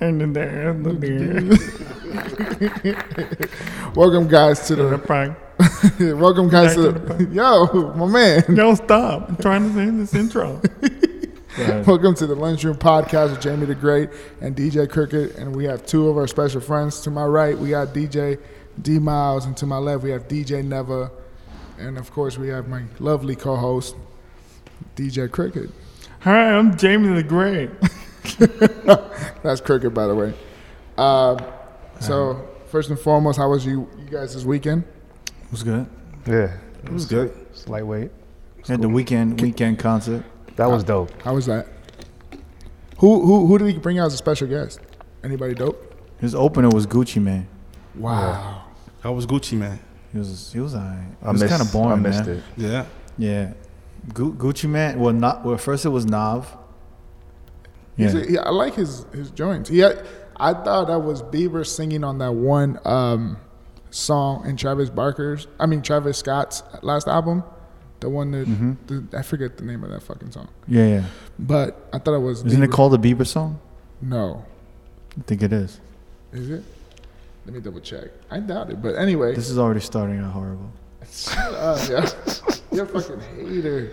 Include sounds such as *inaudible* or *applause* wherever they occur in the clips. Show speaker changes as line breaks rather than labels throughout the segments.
And there, and there.
Welcome, guys, to
The
the.
prank.
*laughs* Welcome, guys, to
Back to
the. *laughs* Yo, my man.
Don't stop. I'm trying to end this intro.
*laughs* Welcome to the Lunchroom Podcast with Jamie the Great and DJ Cricket. And we have two of our special friends. To my right, we got DJ D Miles. And to my left, we have DJ Neva. And of course, we have my lovely co host, DJ Cricket. *laughs*
Hi, I'm Jamie the Great.
That's Cricket, by the way. Uh, so, first and foremost, how was you, you guys this weekend?
was good.
Yeah,
It was good.
it's lightweight.
Had the weekend weekend concert.
That was dope.
How was that? Who who who did he bring out as a special guest? Anybody dope?
His opener was Gucci Man.
Wow.
I was Gucci man.
He was he was alright. It
I
was
missed.
kind of boring.
I missed
man.
it.
Yeah.
Yeah, Gu- Gucci Man. Well, not well. First it was Nav.
He's
Yeah,
a- he- I like his his joints. He had, I thought that was Bieber singing on that one um, song in Travis Barker's. I mean Travis Scott's last album, the one that
Mm-hmm.
the, I forget the name of that fucking song.
yeah, yeah.
But I thought it was.
Isn't it
Bieber-
called the Bieber song?
No,
I think it is.
is it? Let me double check. I doubt it. But anyway, *laughs*
This is already starting out horrible.
shut up, yeah. you're a fucking hater.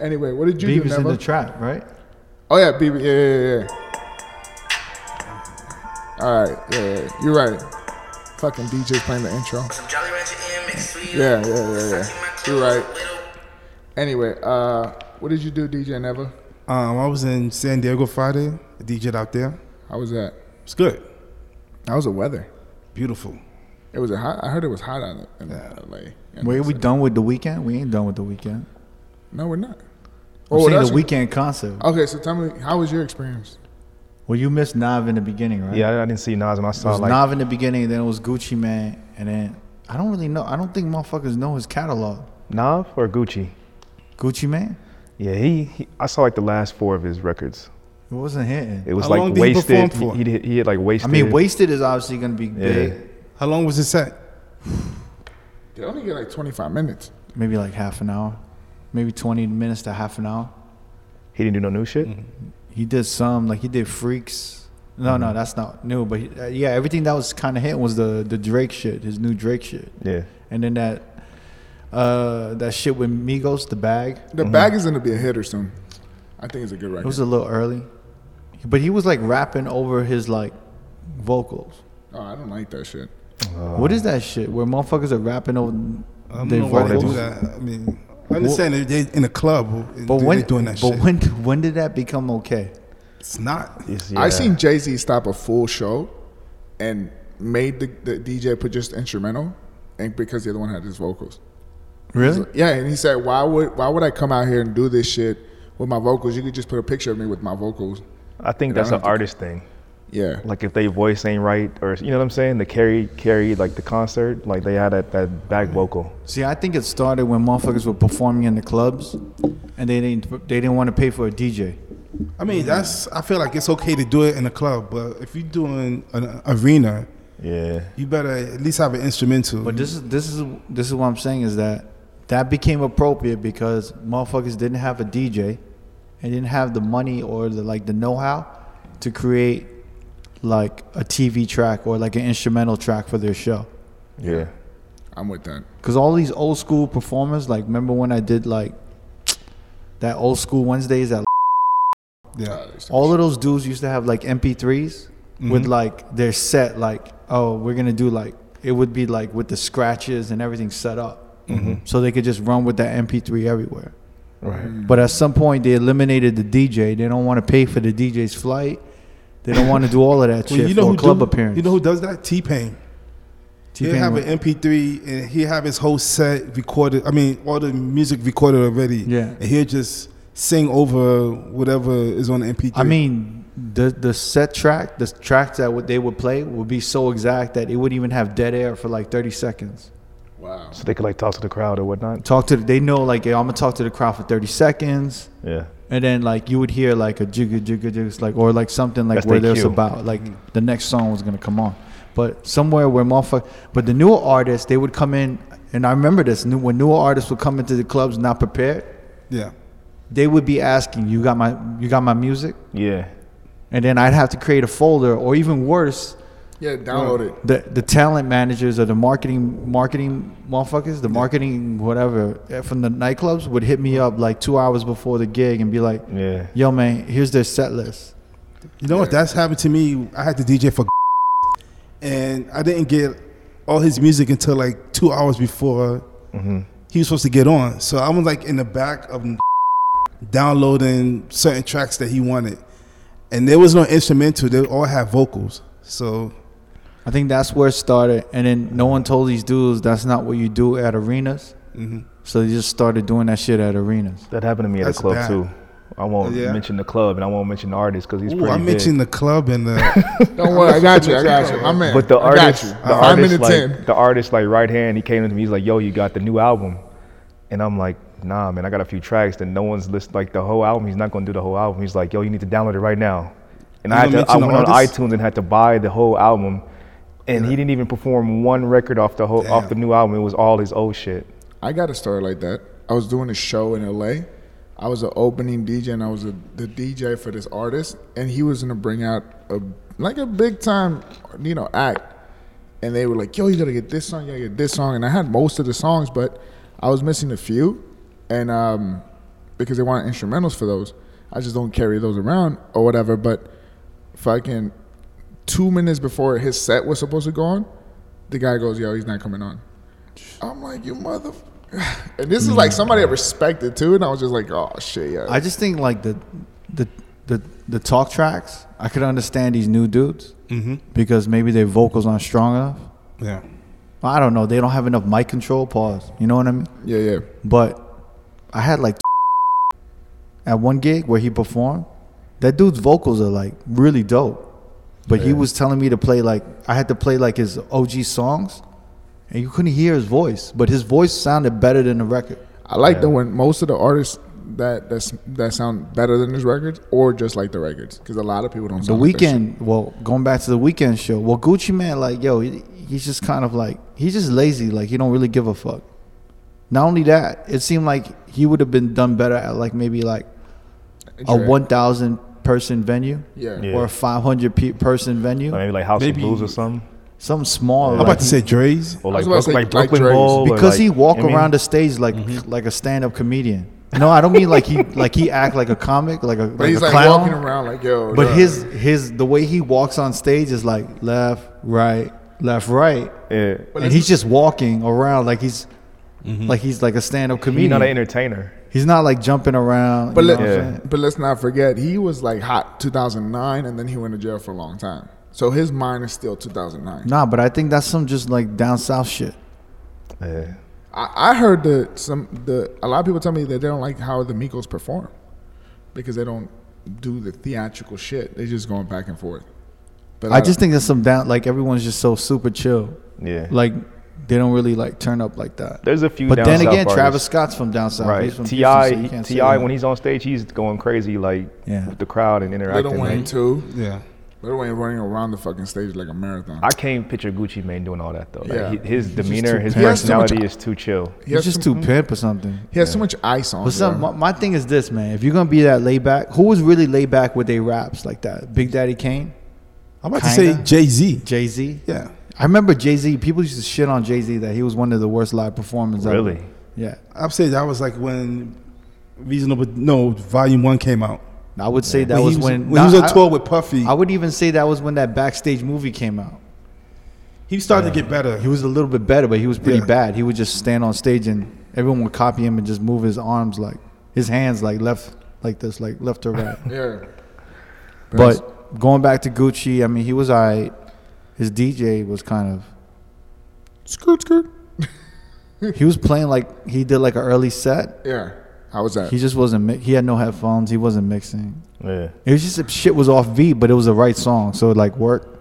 Anyway, what did you do?
Bieber's in
Neva?
the trap, right?
Oh yeah, BB. Yeah, yeah, yeah. All right, yeah, yeah, you're right. Fucking DJ's playing the intro.
Yeah, yeah, yeah, yeah. You're right.
Anyway, uh, what did you do, DJ Never?
Um, I was in San Diego Friday. I DJed out there.
How was that?
It's good.
How was the weather?
Beautiful.
It was a hot. I heard it was hot out in LA. And
Wait,
it's
we
like-
done with the weekend? We ain't done with the weekend.
No, we're not.
Oh,
I'm
well,
saying
that's-
the weekend concert.
Okay, so tell me, how was your experience?
Well, you missed Nav in the beginning, right?
Yeah, I, I didn't see Nas, and I
It
saw
was
like
Nav in the beginning, then it was Gucci Man, and then I don't really know. I don't think motherfuckers know his catalog.
Nav or Gucci.
Gucci Man,
Yeah, he, he. I saw like the last four of his records.
it wasn't hitting.
It was
How
like
long did he perform
wasted.
for?
He, he, he had like
I
wasted.
mean, wasted is obviously gonna be big.
How long was the set?
They only get like 25 minutes.
Maybe like half an hour, maybe twenty minutes to half an hour.
He didn't do no new shit.
He did some, like he did Freaks. No,
Mm-hmm.
no, that's not new. But he, uh, yeah, everything that was kind of hitting was the the Drake shit, his new Drake shit,
Yeah,
and then that uh that shit with Migos, the bag.
The bag is gonna be a hitter soon. I think it's a good
Mm-hmm. It
record.
was a little early, but he was like rapping over his like vocals.
oh, I don't like that shit.
Uh-huh.
what is that shit where motherfuckers are rapping over
I don't
their
know why they do
vocals?
that. I mean, I understand that they in a club,
But
they-
when
they doing that
but
shit.
when when did that become okay?
it's not.
It's-
I
yeah.
seen Jay Z stop a full show and made the, the DJ put just instrumental, and because the other one had his vocals.
Really?
Yeah, and he said, "Why would why would I come out here and do this shit with my vocals? You could just put a picture of me with my vocals."
I think
Yeah, I
that's
don't
an
think-
artist thing.
Yeah,
Like if they voice ain't right, or you know what I'm saying, they carry carry like the concert, like they had that that back vocal.
See, I think it started when motherfuckers were performing in the clubs, and they didn't they didn't want to pay for a DJ.
I mean, that's. I feel like it's okay to do it in a club, but if you're doing an arena,
Yeah,
you better at least have an instrumental.
But this is this is this is what I'm saying is that that became appropriate because motherfuckers didn't have a DJ and didn't have the money or the like the know-how to create like a TV track or like an instrumental track for their show.
yeah.
I'm with that.
Cause all these old school performers, like remember when I did like that old school Wednesdays at
yeah,
all of those dudes used to have like MP3s
Mm-hmm.
with like their set, like, oh, we're gonna do like it would be like with the scratches and everything set up.
Mm-hmm.
So they could just run with that MP3 everywhere.
Mm.
Right.
But at some point they eliminated the DJ. They don't want to pay for the DJ's flight. They don't want to do all of that shit
*laughs* Well, you know
for
who
a club
do,
appearance.
You know who does that? T Pain. He
T-Pain
have
went-
an MP3 and he have his whole set recorded. I mean, all the music recorded already.
Yeah.
and he'll just sing over whatever is on the MP3.
I mean, the the set track, the tracks that would- they would play would be so exact that it would even have dead air for like 30 seconds.
Wow.
So they could like talk to the crowd or whatnot.
Talk to the, they know like I'm gonna talk to the crowd for 30 seconds,
Yeah.
and then like you would hear like a jigga jigga jigga like or like something like
That's
where
their
there's
cue. Mm-hmm.
about like the next song was gonna come on, but somewhere where motherfucker, but the newer artists they would come in, and I remember this new, when newer artists would come into the clubs not prepared,
yeah,
they would be asking you got my you got my music.
Yeah.
and then I'd have to create a folder, or even worse,
Yeah, download it.
the the talent managers or the marketing marketing motherfuckers, the marketing whatever eh, from the nightclubs would hit me up like two hours before the gig and be like,
Yeah.
"Yo, man, here's their set list."
You know what? That's happened to me. I had to DJ for, *laughs* and I didn't get all his music until like two hours before
Mm-hmm.
he was supposed to get on. So I was like in the back of *laughs* downloading certain tracks that he wanted, and there was no instrumental. They all had vocals. So
I think that's where it started, and then no one told these dudes that's not what you do at arenas, so they just started doing that shit at arenas.
That happened to me at
That's
a club
bad.
too. I won't
Yeah.
mention the club and I won't mention the artist because he's
ooh,
pretty
I
big.
mentioned the club
*laughs*
and the
*laughs* Don't worry, I got you. I got you. I'm in.
But the
I got
artist,
you.
the
Uh, I'm in
artist,
the
like
ten.
the artist, like right hand, he came to me. He's like, "Yo, you got the new album," and I'm like, "Nah, man, I got a few tracks that no one's list like the whole album. He's not gonna do the whole album. He's like, "Yo, you need to download it right now." And
You
I had
don't
to, I
mention the
went on
artist?
iTunes and had to buy the whole album, and he didn't even perform one record off the whole off the new album. It was all his old shit.
I got a story like that. I was doing a show in LA. I was an opening DJ and I was a, the DJ for this artist, and he was gonna bring out a like a big time, you know, act. And they were like, "Yo, you gotta get this song, you gotta get this song." And I had most of the songs, but I was missing a few, and um, because they wanted instrumentals for those, I just don't carry those around or whatever. But fucking two minutes before his set was supposed to go on, the guy goes, "Yo, he's not coming on." I'm like, "You mother," *sighs* and this is like somebody I respected too, and I was just like, "Oh shit, yeah."
I just think like the the the, the talk tracks, I could understand these new dudes because maybe their vocals aren't strong enough.
yeah.
I don't know. They don't have enough mic control. Pause. You know what I mean?
yeah, yeah.
But I had like *laughs* at one gig where he performed. That dude's vocals are like really dope. But he was telling me to play like I had to play like his OG songs, and you couldn't hear his voice. But his voice sounded better than the record.
I like that when most of the artists that that's, that sound better than his records, or just like the records, because a lot of people don't.
The
Sound like that shit.
weekend, well, going back to the weekend show, well, Gucci Man, like, yo, he- he's just kind of like, he's just lazy. Like, he don't really give a fuck. Not only that, it seemed like he would have been done better at like maybe like a
Sure.
1,000 person venue
Yeah.
Yeah.
or a 500 pe- person venue.
Like maybe like House
Maybe-
of Blues or something,
Something small.
I'm
like-
about to say Dre's.
or
I was about
like,
to
Brook-
say,
like
like
Brooklyn
Dre's.
Bowl. or,
because
like-
he walk
I mean,
around the stage like
Mm-hmm.
like a stand-up comedian. No, I don't mean like he *laughs* like he act like a comic, like a
But
like
he's
a
like
clown.
walking around like, "Yo."
But
duh.
his his the way he walks on stage is like left, right, left, right,
yeah.
and he's just walking around like he's
Mm-hmm.
like he's like a stand-up
he's
comedian.
not an entertainer.
he's not like jumping around.
But
you know
let,
what I'm
Yeah.
saying?
but let's not forget he was like hot 2009, and then he went to jail for a long time. So his mind is still 2009.
Nah, but I think that's some just like down south shit.
Yeah.
I, I heard that some the a lot of people tell me that they don't like how the Migos perform because they don't do the theatrical shit. They just going back and forth. But uh,
I just think that's some down like everyone's just so super chill.
Yeah.
Like they don't really like turn up like that.
There's a few.
but
down
then
south
again, Travis
artists.
Scott's from down south.
Right.
He's from
Ti
Houston, so you
he-
can't say
Ti
that.
when he's on stage, he's going crazy like
Yeah.
with the crowd and
Little
interacting.
Wayne
like-
too.
Yeah.
Little Wayne running around the fucking stage like a marathon.
I can't picture Gucci Mane doing all that though. Like,
Yeah.
he- his demeanor, his
He has too much-
personality is too chill.
he
he's
has
just
too,
too pimp or something.
he has too much ice on.
But some,
bro.
my, my thing is this, man. If you're gonna be that laid back, who was really laid back with their raps like that? Big Daddy Kane,
I'm about to
Kinda.
say Jay Z.
Jay Z.
Yeah.
I remember Jay Z. People used to shit on Jay Z that he was one of the worst live performers. ever.
Really?
Yeah.
I'd say that was like when Reasonable No Volume One came out.
I would say that
when
was
he
when
when he was
nah,
on
I-
tour with Puffy.
I would even say that was when that backstage movie came out.
he started to get better.
He was a little bit better, but he was pretty
Yeah.
bad. He would just stand on stage and everyone would copy him and just move his arms like his hands like left like this like left to right.
yeah.
But going back to Gucci, I mean, he was alright. His DJ was kind of
Skirt skirt.
*laughs* He was playing like he did like an early set.
Yeah. How was that?
He just wasn't. Mi- he had no headphones. He wasn't mixing.
Yeah.
It was just that shit was off beat, but it was the right song, so it like worked.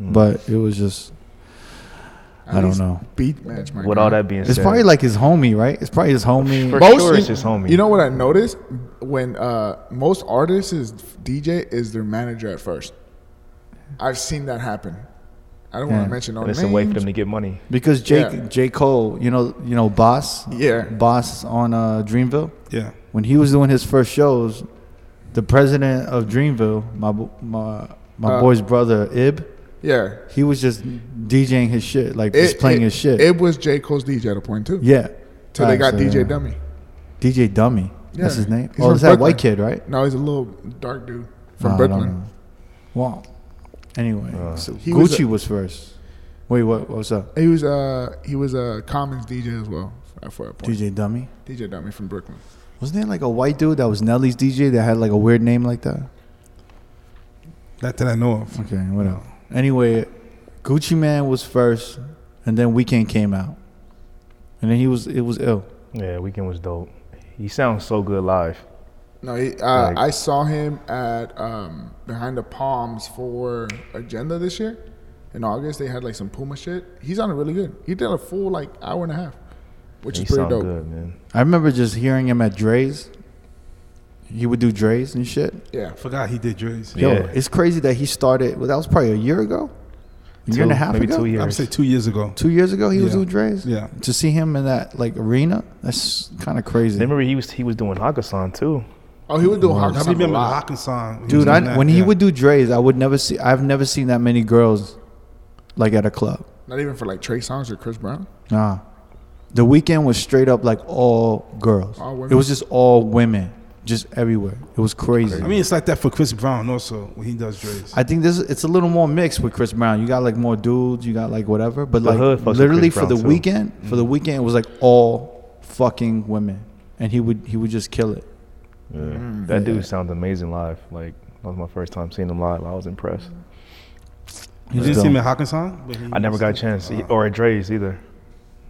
But it was just
At
I don't
least
know.
Beat match, my
With
guy.
all that being
it's
said,
probably like his homie, right? It's probably his homie.
For
most
sure it's
you-
his homie.
You know what I noticed when uh, most artists is DJ is their manager at first. I've seen that happen. I don't want
Yeah.
to mention no
and
names.
it's a way for them to get money.
Because Jake
Yeah.
J Cole, you know, you know, Boss,
Yeah.
Boss on uh, Dreamville,
yeah.
when he was doing his first shows, the president of Dreamville, my bo- my my
Uh,
boy's brother Ib,
Yeah.
he was just DJing his shit, like just playing his shit.
It was J. Cole's DJ at a point too.
yeah.
Till they got
Facts,
DJ
yeah.
Dummy.
DJ Dummy. That's
Yeah.
his name.
He's
oh,
from
it's that
Brooklyn.
white kid, right?
No, he's a little dark dude from
Nah, I don't
Brooklyn.
know. Wow. Anyway, so
He
Gucci
was
was, first. Wait, what? What's up?
He was uh he was a Commons DJ as well for- for a point.
DJ Dummy.
DJ, Dummy from Brooklyn.
Wasn't there like a white dude that was Nelly's DJ that had like a weird name like that?
Not that I know of.
Okay, what else? Anyway, Gucci Man was first, and then Weekend came out, and then he was it was ill.
Yeah, Weekend was dope. He sounds so good live.
No, he, uh,
Like-
I saw him at um, behind the palms for Agenda this year in August. They had like some Puma shit. He sounded really good. He did a full like hour and a half, which
He
is pretty
sounds
dope.
good, man.
I remember just hearing him at Dre's. He would do Dre's and shit.
Yeah,
Forgot he did Dre's.
Yo,
Yeah.
it's crazy that he started. Well, that was probably a year ago, a year and a half
maybe
ago,
two
I
years.
would say two years ago.
two years ago. He was
Yeah.
doing Dre's.
Yeah.
To see him in that like arena, that's kind of crazy.
They remember he was he was doing Hakkasan too.
Oh, he would do
I
Hawkins a
remember the
lot.
Hawkinson.
Dude, I, when he would do Dre's, I would never see. I've never seen that many girls, like at a club.
Not even for like Trey Songz or Chris Brown.
Nah. The weekend was straight up like all girls.
All women?
it was just all women, just everywhere. It was crazy.
I mean, it's like that for Chris Brown also when he does Dre's.
I think this it's a little more mixed with Chris Brown. You got like more dudes, you got like whatever, but
The
like
hood fucks with
literally
Chris
for the
Brown, too.
weekend, for the weekend it was like all fucking women, and he would he would just kill it.
Yeah. That dude sounds amazing live. Like that was my first time seeing him live. I was impressed.
He
you
was
didn't see
dope.
him at Hawkinson?
I never got a chance or at Dre's either.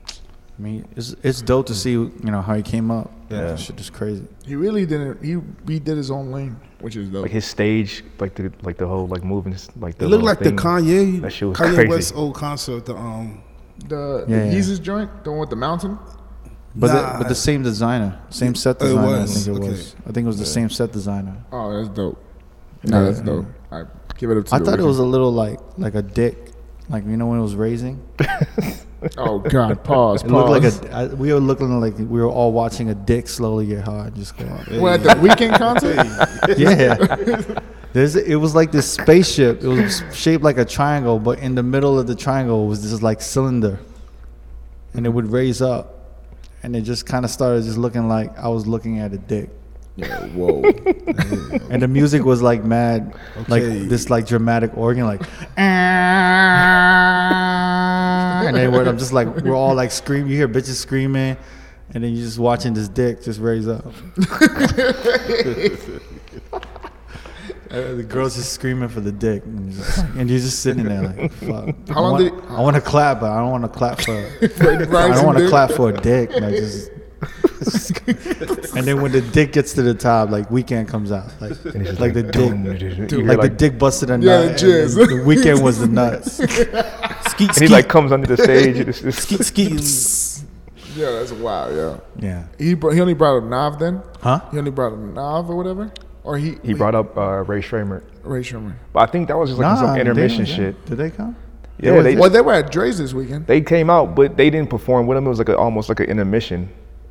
I mean, it's it's dope to see you know how he came up.
Yeah.
That shit is crazy.
He really didn't. He he did his own lane, which is dope.
Like his stage, like the like the whole like moving, like the
It looked
little
like
thing.
the Kanye,
That shit was
Kanye
crazy.
West old concert. The um,
The,
Yeah,
the
yeah.
Yeezus joint, the one with the mountain.
But
Nah.
the, but the same designer, same set
It
designer.
was,
I think it
okay.
was. I think it was the same set designer.
Oh, that's dope. No, that's dope. I give it up to.
I
the
thought it
Weeknd.
was a little like like a dick, like you know when it was raising.
Oh God! Pause.
It looked like
*laughs* pause.
a. I, we were looking like we were all watching a dick slowly get hard. Just go. Out.
We're at the weekend concert.
*laughs* yeah. There's. It was like this spaceship. It was shaped like a triangle, but in the middle of the triangle was this like cylinder, and it would raise up, and it just kind of started just looking like I was looking at a dick.
Yeah, whoa.
And the music was like mad,
Okay.
like this like dramatic organ, like, and then we're, I'm just like we're all like scream. You hear bitches screaming, and then you're just watching this dick just raise up. *laughs* Uh, the girls just screaming for the dick, and, you're just- and you're just sitting there like, fuck.
How long
I want,
did-
I want to clap, but I don't want to
*laughs*
clap for. I
Bryson
don't want to
did.
clap for a dick. Like just. and then when the dick gets to the top, like weekend comes out, like
And it's just
like the dick,
dude,
like, the dick busted a nut.
Yeah,
and
jizz.
then the weekend was the nuts. *laughs*
Skeet,
And he like comes under the stage. It's, it's,
skeet, skeet.
Yeah, that's wild. Yeah.
Yeah.
He br- he only brought a Nav then.
Huh?
He only brought a Nav or whatever. Or he
he brought up uh, Ray Schramer,
Ray Sherman.
but I think that was just like
Nah,
some
they
intermission
didn't-
shit.
Did they come?
Yeah,
was
they,
Well, they were at Dre's this weekend.
they came out, but they didn't perform with him. It was like a, almost like an intermission,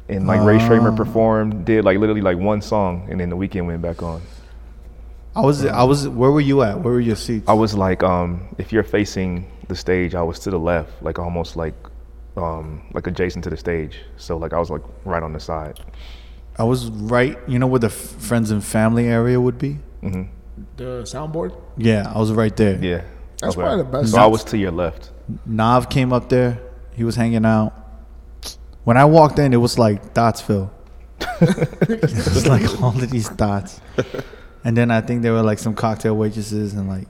and like Ray Schramer performed, did like literally like one song, and then the weekend went back on.
I was. I was. Where were you at? Where were your seats?
I was like, um, if you're facing the stage, I was to the left, like almost like, um, like adjacent to the stage. So like I was like right on the side.
I was right. You know where the f- friends and family area would be.
The soundboard.
Yeah, I was right there.
Yeah,
That's
Okay.
probably the best.
So I was to your left.
Nav came up there. He was hanging out. When I walked in, it was like Dotsville. *laughs* it was like all of these dots. And then I think there were like some cocktail waitresses and like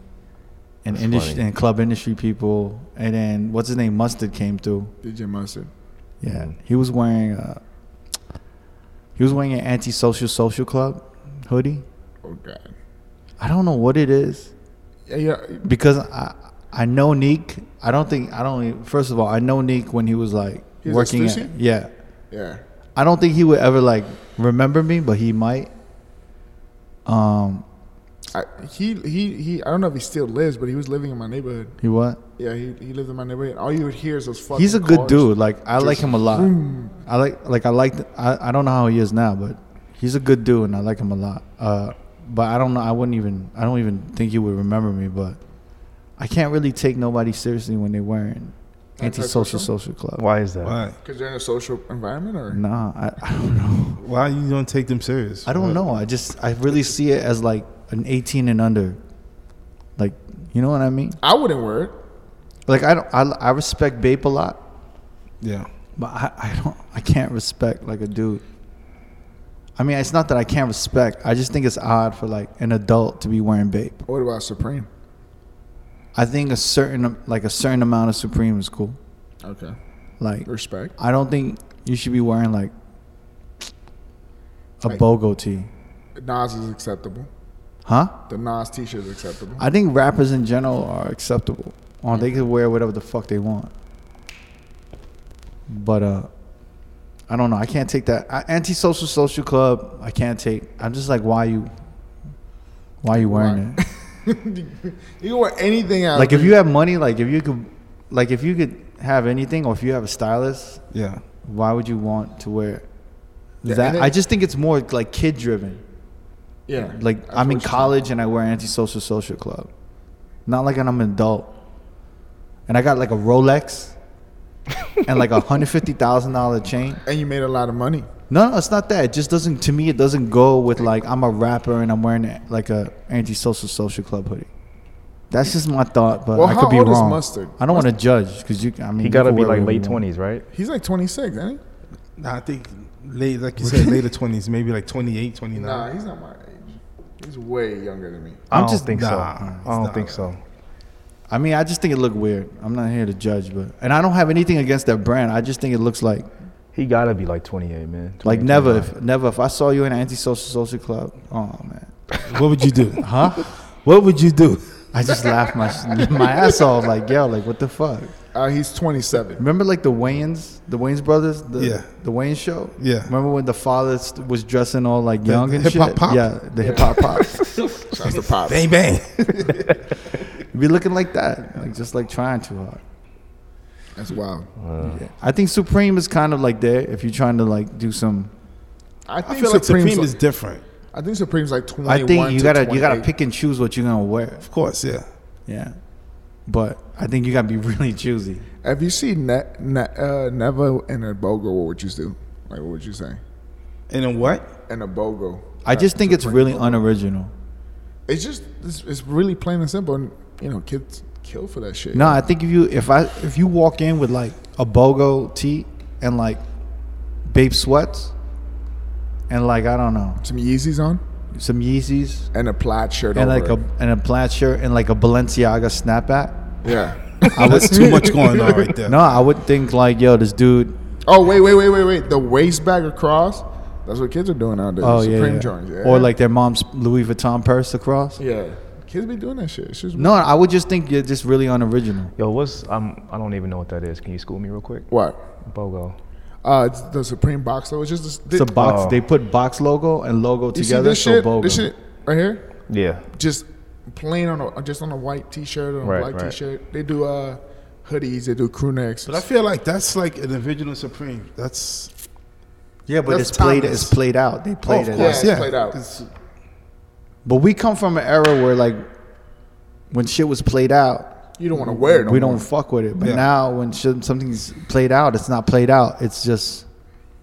and industry
funny.
and club industry people. And then what's his name? Mustard came through.
DJ Mustard.
Yeah, Mm-hmm. he was wearing a he was wearing an anti-social social club hoodie.
Oh God.
I don't know what it is
Yeah, yeah.
because I I know Neek. I don't think I don't. even- First of all, I know Neek when he was like
He was
working.
at
At,
Stussy?
yeah,
yeah.
I don't think he would ever like remember me, but he might. Um,
I, he he he. I don't know if he still lives, but he was living in my neighborhood.
he what?
Yeah, he, he lived in my neighborhood. All you would hear is those fucking.
He's a good
cars.
dude. Like I like him a lot. I like like I like. I I don't know how he is now, but he's a good dude, and I like him a lot. Uh, but I don't know. I wouldn't even. I don't even think you would remember me. But I can't really take nobody seriously when they're wearing anti-social social club.
Why is that?
Why?
Because you're in a social environment, or
Nah, I, I don't know.
Why you don't take them serious?
I don't know. I just I really see it as like an 18 and under. Like you know what I mean?
I wouldn't wear it.
Like I don't. I, I respect Bape a lot,
Yeah.
But I, I don't I can't respect like a dude. I mean, it's not that I can't respect. I just think it's odd for like an adult to be wearing vape.
What about Supreme?
I think a certain like a certain amount of Supreme is cool.
Okay,
Like
respect.
I don't think you should be wearing like a
Like-
BOGO tee.
Nas is acceptable.
Huh?
The Nas T-shirt is acceptable.
I think rappers in general are acceptable. Or they can wear whatever the fuck they want. But uh I don't know. I can't take that. I, antisocial social club. I can't take. I'm just like, why you? Why you
Why?
wearing it?
*laughs* You can wear anything out.
Like if you have money, like if you could, like if you could have anything, or if you have a stylist,
Yeah.
why would you want to wear
Yeah,
that?
and it-
I just think it's more like kid driven.
yeah,
Like
That's
I'm in
what you-
college and I wear antisocial social club. Not like I'm an adult. And I got like a Rolex and like a hundred fifty thousand dollar chain.
and you made a lot of money.
No, no, it's not that. It just doesn't to me it doesn't go with like I'm a rapper and I'm wearing a- like a antisocial social club hoodie. That's just my thought, but
Well,
I
how
could be
old is
wrong.
Mustard?
I don't want to judge because you. I mean,
He
you
gotta
can
be
wear
like
whatever
late
you want.
twenties, right?
He's like 26, ain't he?
Nah, I think late, like you said, later 20s, maybe like 28, 29.
Nah, he's not my age. He's way younger than me.
I
I'm
don't
just-
think so.
nah,
I
it's
don't
not.
think so.
I mean, I just think it looked weird. I'm not here to judge, but and I don't have anything against that brand. I just think it looks like
He gotta be like 28, man.
Like
28,
never,
29.
if, never. If I saw you in an antisocial social club, oh man,
What would you do? *laughs*
huh?
What would you do?
*laughs* I just laughed my my ass off. Like yo, like what the fuck?
Uh, he's
*laughs*
27.
Remember like the Wayans, the Wayans brothers, the,
Yeah.
the Wayans show.
Yeah.
Remember when the father st- was dressing all like young and
hip hop
shit.
pop?
Yeah, the hip hop pop.
That's the pop.
Bang, *laughs* bang.
Be looking like that, like just like trying too hard.
That's wild.
Yeah. I think Supreme is kind of like there if you're trying to like do some.
I think
I feel like
Supreme's
Supreme is different.
I think Supreme's like 21.
I think you
to
gotta you gotta
28.
pick and choose what you're gonna wear.
Of course, yeah.
Yeah. But I think you gotta be *laughs* really choosy.
If you see ne- ne- uh, Neva in a BOGO, what would you do? Like, what would you say?
And then what?
In a BOGO.
I just think it's really unoriginal.
It's just, it's, it's really plain and simple. And, you know, kids kill for that shit.
No, I think if you if I if you walk in with like a bogo tee and like babe sweats and like I don't know
Some Yeezys on
some Yeezys
and a plaid shirt
and
over
like a
it.
and a plaid shirt and like a Balenciaga snapback.
Yeah.
I
*laughs*
was too
*laughs*
much going on right *laughs* there.
No, I would think like yo, this dude.
oh, wait, wait, wait, wait, wait. The waist bag across. That's what kids are doing nowadays.
Oh yeah,
Supreme
yeah.
joints. Yeah.
or like their mom's Louis Vuitton purse across.
Yeah. Kids be doing that shit. It's just
No, I would just think you're just really unoriginal.
Yo, what's um? I don't even know what that is. Can you school me real quick?
What?
Bogo.
Uh, it's the Supreme box though. It's just this,
It's a box.
Oh.
They put box logo and logo
You
together.
see this shit?
so bogo.
This shit right here.
Yeah.
just plain on a just on a white t-shirt or a
Right,
black
right.
t-shirt. They do uh hoodies, they do crew necks.
But I feel like that's like an original Supreme. That's
Yeah, but
That's
it's played.
timeless.
It's played out. Oh, They played it.
course.
out.
it's played out.
It's-
But we come from an era where like when shit was played out,
you don't want to wear it. No
we
more.
don't fuck with it. But
Yeah.
now when shit, something's played out, it's not played out. It's just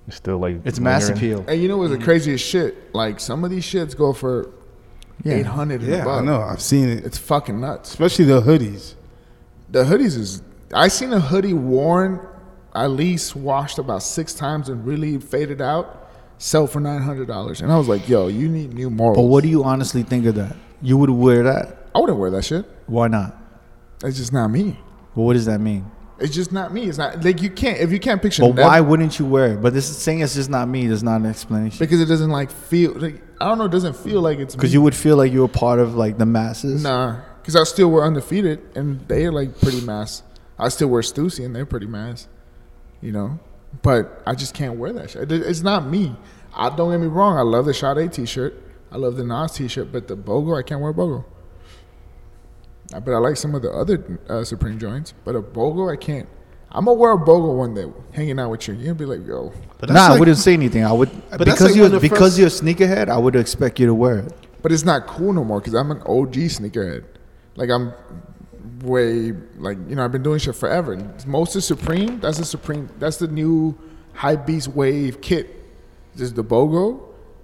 It's still like.
it's mass
lingering.
appeal.
And you know what's
Mm.
the craziest shit? Like some of these shits go for eight
Yeah.
hundred.
yeah, I know. I've seen it.
It's fucking nuts.
Especially the hoodies.
The hoodies is I seen a hoodie worn at least washed about six times and really faded out, sell for nine hundred dollars. And I was like, yo, you need new morals.
But what do you honestly think of that? You would wear that?
I wouldn't wear that shit.
Why not?
It's just not me.
But what does that mean?
It's just not me. It's not like you can't if you can't picture.
But
Nev-
why wouldn't you wear it? But this is saying it's just not me. There's not an explanation.
because it doesn't like feel like I don't know. It doesn't feel like it's
Because
me.
you would feel like you were part of like the masses.
nah. Because I still were undefeated and they are like pretty mass. I still wear Stussy and they're pretty mass, you know. But I just can't wear that shit. It- It's not me. I don't get me wrong. I love the Sade T-shirt. I love the Nas T-shirt, but the Bogo I can't wear Bogo. I- But I like some of the other uh, Supreme joints, but a Bogo I can't. I'm gonna wear a Bogo one day, hanging out with you. You'll be like, yo,
But
nah,
that's
I
like-
wouldn't say anything. I would
that's
because
like one
you're
of the
because you're a sneakerhead. I would expect you to wear it.
But it's not cool no more because I'm an OG sneakerhead. Like I'm way like you know I've been doing shit forever. Most is Supreme. That's the Supreme. That's the new high beast wave kit. Just the BOGO,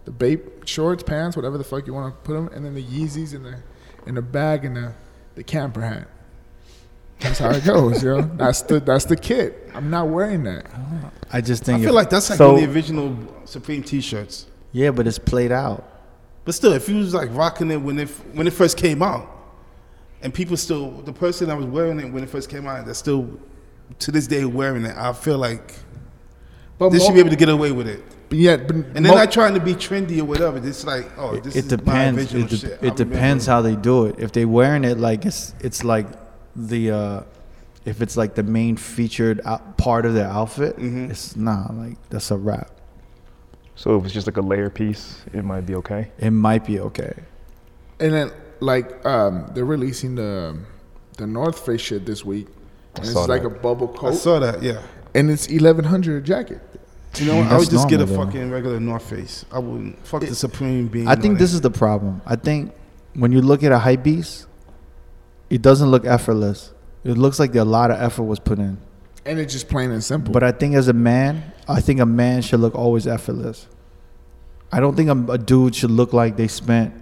the Bape shorts, pants, whatever the fuck you want to put them, and then the Yeezys in the in the bag and the the camper hat. That's how it goes, yo. That's the that's the kit. I'm not wearing that.
I just think.
I
it-
feel like that's like
So-
one of the original Supreme T-shirts.
yeah, but it's played out.
But still, if you was like rocking it when it when it first came out, and people still the person that was wearing it when it first came out, that's still to this day wearing it, I feel like
But
they
mo-
should be able to get away with it.
But yeah, but
And they're not trying to be trendy or whatever. It's like, oh, this
it
is my
depends.
original
It, de-
shit. I
it depends how they do it. If they wearing it like it's it's like the uh, if it's like the main featured out part of their outfit,
Mm-hmm.
it's not like that's a wrap.
So if it's just like a layer piece, it might be okay.
It might be okay.
and then like um, they're releasing the the North Face shit this week. And it's
saw
like a
that.
bubble
I
coat,
saw that. Yeah.
and it's eleven hundred jacket.
You know what? I
That's
would just get a
normal, though.
fucking regular North Face. I wouldn't fuck the Supreme being.
I think
on
this
it.
is the problem. I think when you look at a hype beast, it doesn't look effortless. It looks like a lot of effort was put in.
And it's just plain and simple.
But I think as a man, I think a man should look always effortless. I don't think a, a dude should look like they spent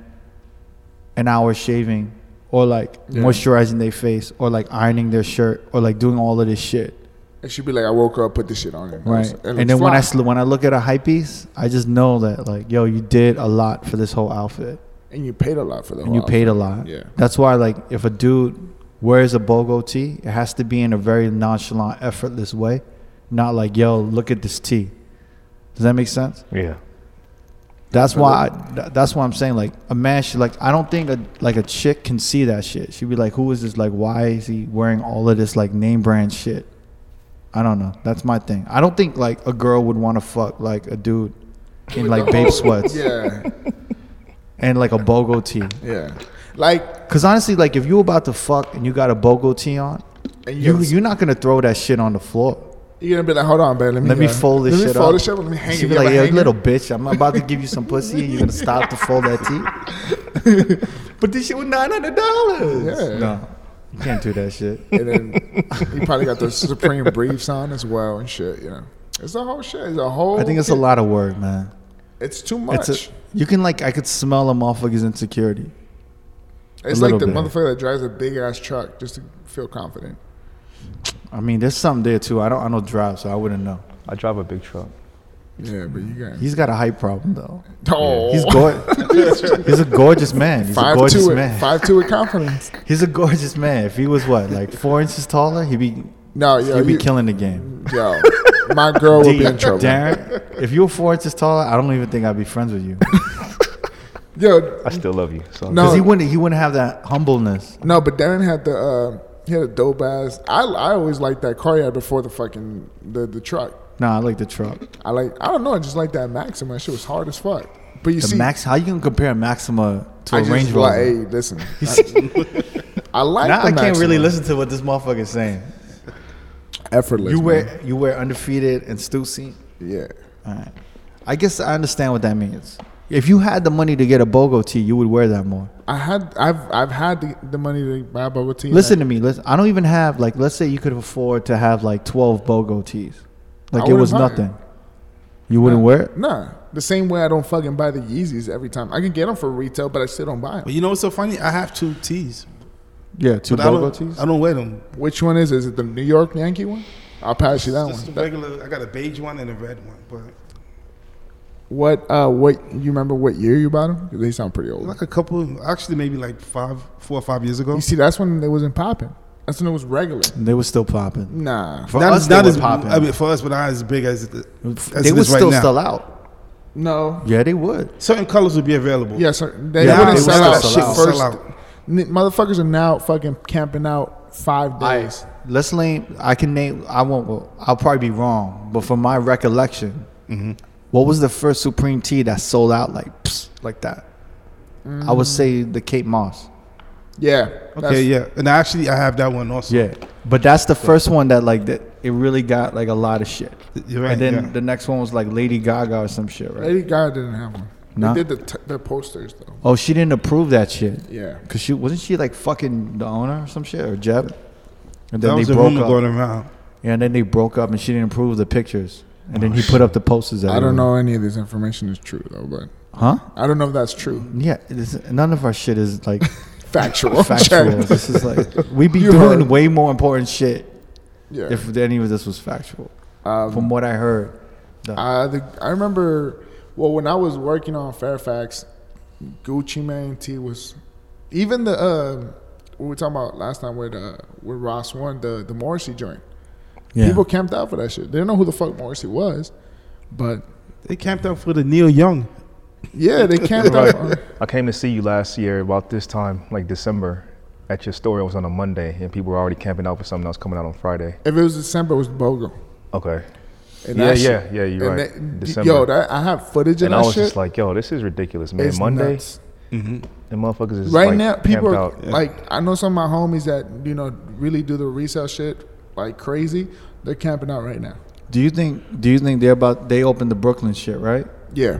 an hour shaving or like
Yeah.
moisturizing their face or like ironing their shirt or like doing all of this shit.
it should be like I woke up, put this shit on, it. It
Right.
looks- it looks
and then when I
fly.
sl- when I look at a hype piece, I just know that like, yo, you did a lot for this whole outfit.
and you paid a lot for the
and you
whole
paid a lot.
Yeah.
That's why, like, if a dude wears a BOGO tee, it has to be in a very nonchalant, effortless way, not like, yo, look at this tee. Does that make sense?
Yeah.
That's why. I, th- that's why I'm saying like a man should like. I don't think a like a chick can see that shit. She'd be like, who is this? Like, why is he wearing all of this like name brand shit? I don't know. That's my thing. I don't think like a girl would want to fuck like a dude in like babe
*laughs*
sweats
Yeah,
and like a BOGO tee.
yeah. Like
Cause honestly, like if you about to fuck and you got a BOGO tee on,
and you,
you
gotta-
you're not gonna throw that shit on the floor.
you're gonna be like, hold on, babe. Let me,
Let me
uh,
fold this
let me
shit
fold
up.
This shit, up, let me hang
She
it.
be
You
like,
have a
yo,
hanger?"
little bitch, I'm about to give you some pussy, and you're gonna stop to fold that tee.
*laughs*
But this shit was nine hundred dollars.
Yeah.
No, you can't do that shit.
and then he probably got the Supreme briefs on as well and shit. You know, it's a whole shit. It's a whole.
I think it's a lot of work, man.
It's too much.
It's
It's,
a, you can like I could smell a motherfucker's insecurity. a
like the
little bit.
motherfucker that drives a big ass truck just to feel confident.
I mean, there's something there too. I don't I don't drive, so I wouldn't know.
I drive a big truck.
Yeah, but you got.
He's got a height problem though.
oh,
He's
*laughs*
gorgeous. he's a gorgeous man. He's a
five
gorgeous
two.
man.
Five two with
*laughs*
confidence.
He's a gorgeous man. If he was what, like four inches taller, he'd be
No, yo,
he'd be
you-
killing the game.
*laughs* Yo, my girl would be in trouble.
Darren, if you were four inches taller, I don't even think I'd be friends with you.
Yo,
I still love you. So
*laughs* No.
Because he wouldn't he wouldn't have that humbleness.
no, but Darren had the uh, he had a dope ass. I I always liked that car he had before the fucking the the truck.
Nah, I like the truck.
I like I don't know. I just like that Maxima. That shit was hard as fuck. But you
The
see,
Max how you can compare a Maxima to a
I just
Range
like,
Rover?
hey,
*laughs*
listen, I, I like.
now
the
I can't
Maxima.
really listen to what this motherfucker is saying.
Effortless.
You
man.
wear you wear undefeated and Stussy.
yeah.
All right. I guess I understand what that means. If you had the money to get a BOGO tee, you would wear that more.
I had I've I've had the, the money to buy a bubble tea.
Listen to me. Listen, I don't even have like. Let's say you could afford to have like twelve BOGO tees.
I
Like it
wouldn't
was
buy it.
nothing. You wouldn't wear it.
Nah, the same way I don't fucking buy the Yeezys every time. I can get them for retail, but I still don't buy
But
them.
you know what's so funny? I have two tees,
Yeah, two
but I
BOGO
don't.
tees.
I don't wear them.
Which one is? it? Is it the New York Yankee one? I'll pass you that
Just
one.
the regular. I got a beige one and a red one, but
What uh what you remember what year you bought them? They sound pretty old.
like a couple, actually maybe like five, four or five years ago.
You see, that's when they wasn't popping. That's when it was regular.
They were still popping.
Nah,
For
Not,
us,
not
they
as
were popping.
I mean, for us, but not as big as the, as
they
it
would
is right
still
now.
sell out.
no.
Yeah, they would.
Certain colors would be available.
Yeah, sir. They
Yeah,
wouldn't
they
sell
would
out.
still sell out.
First,
Sell out.
N- motherfuckers are now fucking camping out five days.
Let's name. I can name. I won't. well, I'll probably be wrong, but from my recollection,
Mm-hmm.
what was the first Supreme tee that sold out like psst, like that? I would say the Cape Moss.
yeah.
Okay, yeah, and actually I have that one also.
Yeah, but that's the first one that like that it really got like a lot of shit.
You're right,
And then
yeah.
the next one was like Lady Gaga or some shit, right?
Lady Gaga didn't have one.
No.
They did the, t- the posters though.
Oh, she didn't approve that shit.
Yeah.
Cause she wasn't she like fucking the owner or some shit or Jeb, and
That
then
was
they
the
broke
rumor
up.
going around.
Yeah, and then they broke up, and she didn't approve the pictures, and then he
Oh,
put up the posters.
I don't
everywhere.
know any of this information is true though, but
huh?
I don't know if that's
*laughs*
true.
Yeah, this, none of our shit is
*laughs*
like
Factual. *laughs*
factual.
Check.
this is like we be
You
doing
heard.
way more important shit.
Yeah.
If any of this was factual,
Um,
from what I heard, the,
I the, I remember well when I was working on Fairfax, Gucci Mane T was even the uh, we were talking about last time with uh, with Ross one the the Morrissey joint.
yeah.
People camped out for that shit. They didn't know who the fuck Morrissey was, but
They camped out for the Neil Young.
yeah,
*laughs*
they camped out. Um, For,
I came to see you last year about this time, like December, at your store. It was on a Monday, and people were already camping out for something that was coming out on Friday.
if it was December, it was Bogo.
Okay.
And
Yeah,
that
yeah,
shit-
yeah, you're
and
right.
that-
December.
yo, that I have footage of
And
that
I was
shit.
just like, yo, this is ridiculous, man.
It's
Monday,
nuts.
and motherfuckers is
right
like,
now
camped
people are,
out.
like i know some of my homies that you know really do the resale shit like crazy they're camping out right now
do you think? Do you think they're about? They opened the Brooklyn shit, right?
yeah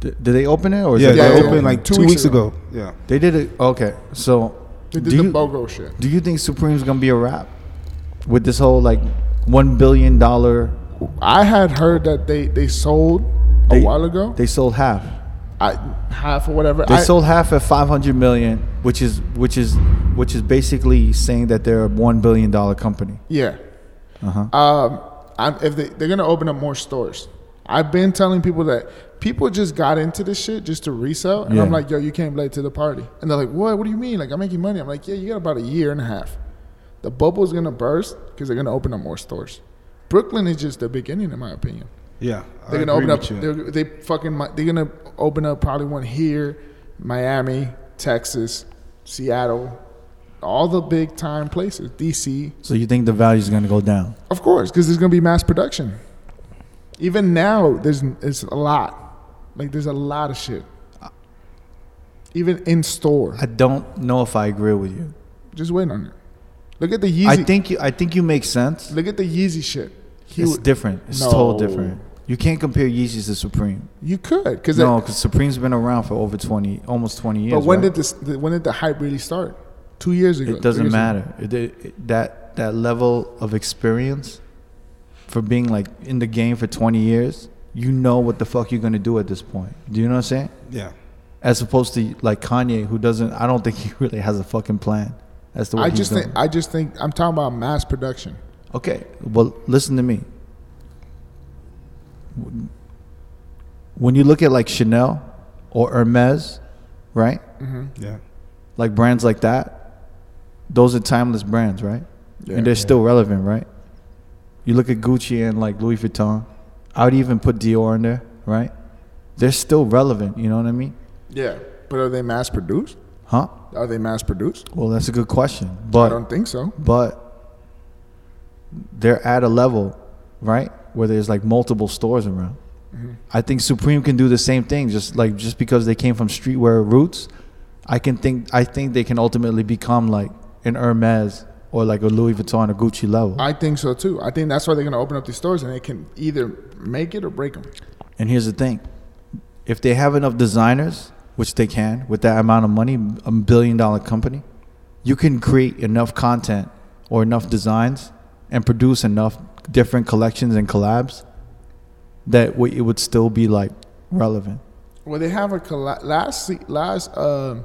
D- did they open it or is
Yeah,
it
they
yeah,
opened
yeah.
like two, weeks, ago. Yeah.
They did it. Okay, so
they
do
did the
you-
bogo shit
Do you think Supreme's gonna be a wrap with this whole like one billion dollar?
i had heard that they they sold
They-
a while ago
They sold half.
I, half or whatever
They
I,
sold half at five hundred million, which is which is which is basically saying that they're a one billion dollar company.
yeah
Uh-huh.
um I'm, if they, they're gonna open up more stores i've been telling people that people just got into this shit just to resell and i'm
Yeah.
like yo you came late to the party and they're like what what do you mean like i'm making money i'm like yeah you got about a year and a half the bubble's gonna burst because they're gonna open up more stores. Brooklyn is just the beginning, in my opinion.
Yeah. I
They're gonna open
agree
up.
with you.
They're, they fucking. mi- They're gonna open up probably one here, Miami, Texas, Seattle, all the big time places. DC,
So you think the value is gonna go down?
of course, because there's gonna be mass production. Even now, there's it's a lot. Like there's a lot of shit. Even in store,
I don't know if I agree with you.
just wait on it. Look at the Yeezy.
I think you I think you make sense.
Look at the Yeezy shit. He
it's
w-
different. It's
No.
totally different. You can't compare Yeezys to Supreme.
You could because
No, because Supreme's been around for over twenty, almost twenty years.
But when
right?
did this? the- When did the hype really start? Two years ago.
It doesn't
three years ago.
matter. It- it- that that level of experience for being like in the game for 20 years, you know what the fuck you're gonna do at this point. Do you know what I'm saying?
yeah.
As opposed to like Kanye, who doesn't. I don't think he *laughs* really has a fucking plan. That's the way
I
he's
just
doing.
think. I just think. I'm talking about mass production.
Okay, well, listen to me. When you look at like Chanel or Hermes, right?
Yeah.
Like brands like that, those are timeless brands, right? and they're still relevant, right? You look at Gucci and like Louis Vuitton. I would even put Dior in there, right? They're still relevant. You know what I mean?
Yeah, but are they mass produced?
Huh?
Are they mass produced?
Well, that's a good question,
I
but
don't think so.
but they're at a level, right, where there's like multiple stores around. I think Supreme can do the same thing. Just like just because they came from streetwear roots, I can think I think they can ultimately become like an Hermes or like a Louis Vuitton or Gucci level.
I think so too. I think that's why they're gonna open up these stores, and they can either make it or break them.
And here's the thing: if they have enough designers, which they can, with that amount of money, a billion dollar company, you can create enough content or enough designs and produce enough different collections and collabs that w- it would still be like relevant.
Well, they have a colla- last se- last um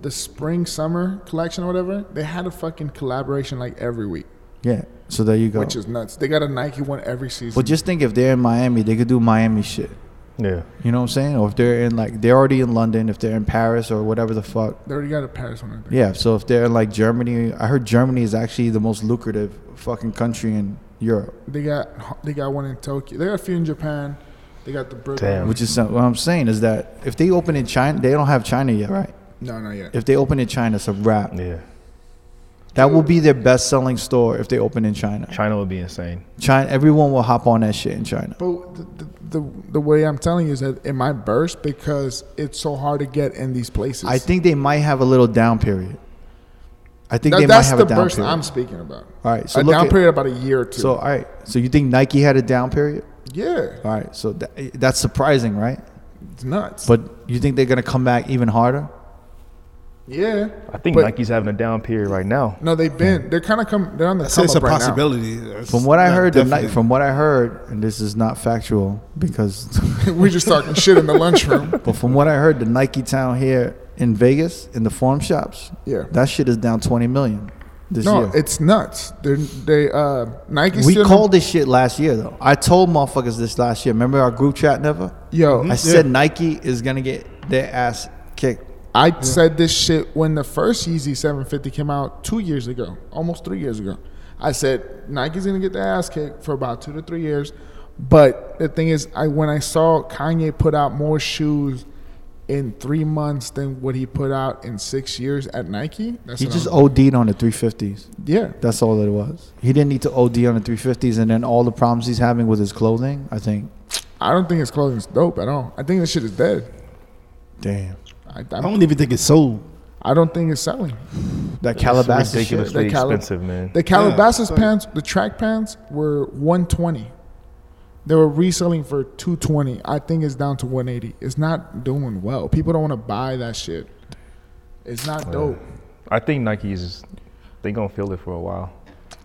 the spring summer collection or whatever. They had a fucking collaboration like every week,
Yeah. So there you go.
which is nuts. They got a Nike one every season.
but just think if they're in Miami, they could do Miami shit.
yeah.
You know what I'm saying? Or if they're in like they're already in London, if they're in Paris or whatever the fuck,
they already got a Paris one. I think.
Yeah, so if they're in like Germany, I heard Germany is actually the most lucrative fucking country in Europe,
They got they got one in Tokyo. They got a few in Japan. They got the Brooklyn.
Damn.
which is what I'm saying is that if they open in China, they don't have China yet, right?
No, not yet.
If they open in China, it's a wrap.
Yeah.
That will be their best selling store if they open in China.
China would be insane.
China, everyone will hop on that shit in China.
But the, the, the, the way I'm telling you is that it might burst because it's so hard to get in these places.
I think they might have a little down period. I think
That-
they might
that's
have
the
a down
burst
period.
I'm speaking about.
all right, so
a
look
down
at-
period about a year or two.
So all right, so you think Nike had a down period?
yeah,
All right, so that, that's surprising, right?
it's nuts.
But you think they're gonna come back even harder?
yeah,
I think
But-
Nike's having a down period right now.
no, they've been. They're kind of come. They're on the
I say
come
it's a
up right now.
possibility. It's
From what I
not
heard, the night,
definite.
from what I heard, and this is not factual because,
*laughs*
*laughs*
we just talking shit in the lunchroom.
but from what I heard, the Nike Town here in Vegas in the forum shops,
Yeah.
that shit is down twenty million this
No,
year.
it's nuts. They're, they uh Nike.
we
still
called this shit last year though. I told motherfuckers this last year. Remember our group chat? Never.
Yo,
I said Nike is gonna get their ass kicked.
I said this shit when the first Yeezy 750 came out two years ago, almost three years ago. I said Nike's gonna get the ass kicked for about two to three years. But the thing is, I when I saw Kanye put out more shoes in three months than what he put out in six years at Nike, that's
He
what
just
I'm-
OD'd on the 350s.
yeah.
That's all it was. He didn't need to OD on the 350s, and then all the problems he's having with his clothing. I think,
I don't think his clothing's dope at all. I think this shit is dead.
damn,
I,
I
I,
don't even think it's sold.
I don't think it's selling.
that Calabasas shit.
ridiculously
the Cali-
expensive, man.
The Calabasas
sorry.
pants, the track pants were 120. They were reselling for 220. I think it's down to 180. It's not doing well. People don't want to buy that shit. It's not dope.
I think Nike's they gonna feel it for a while.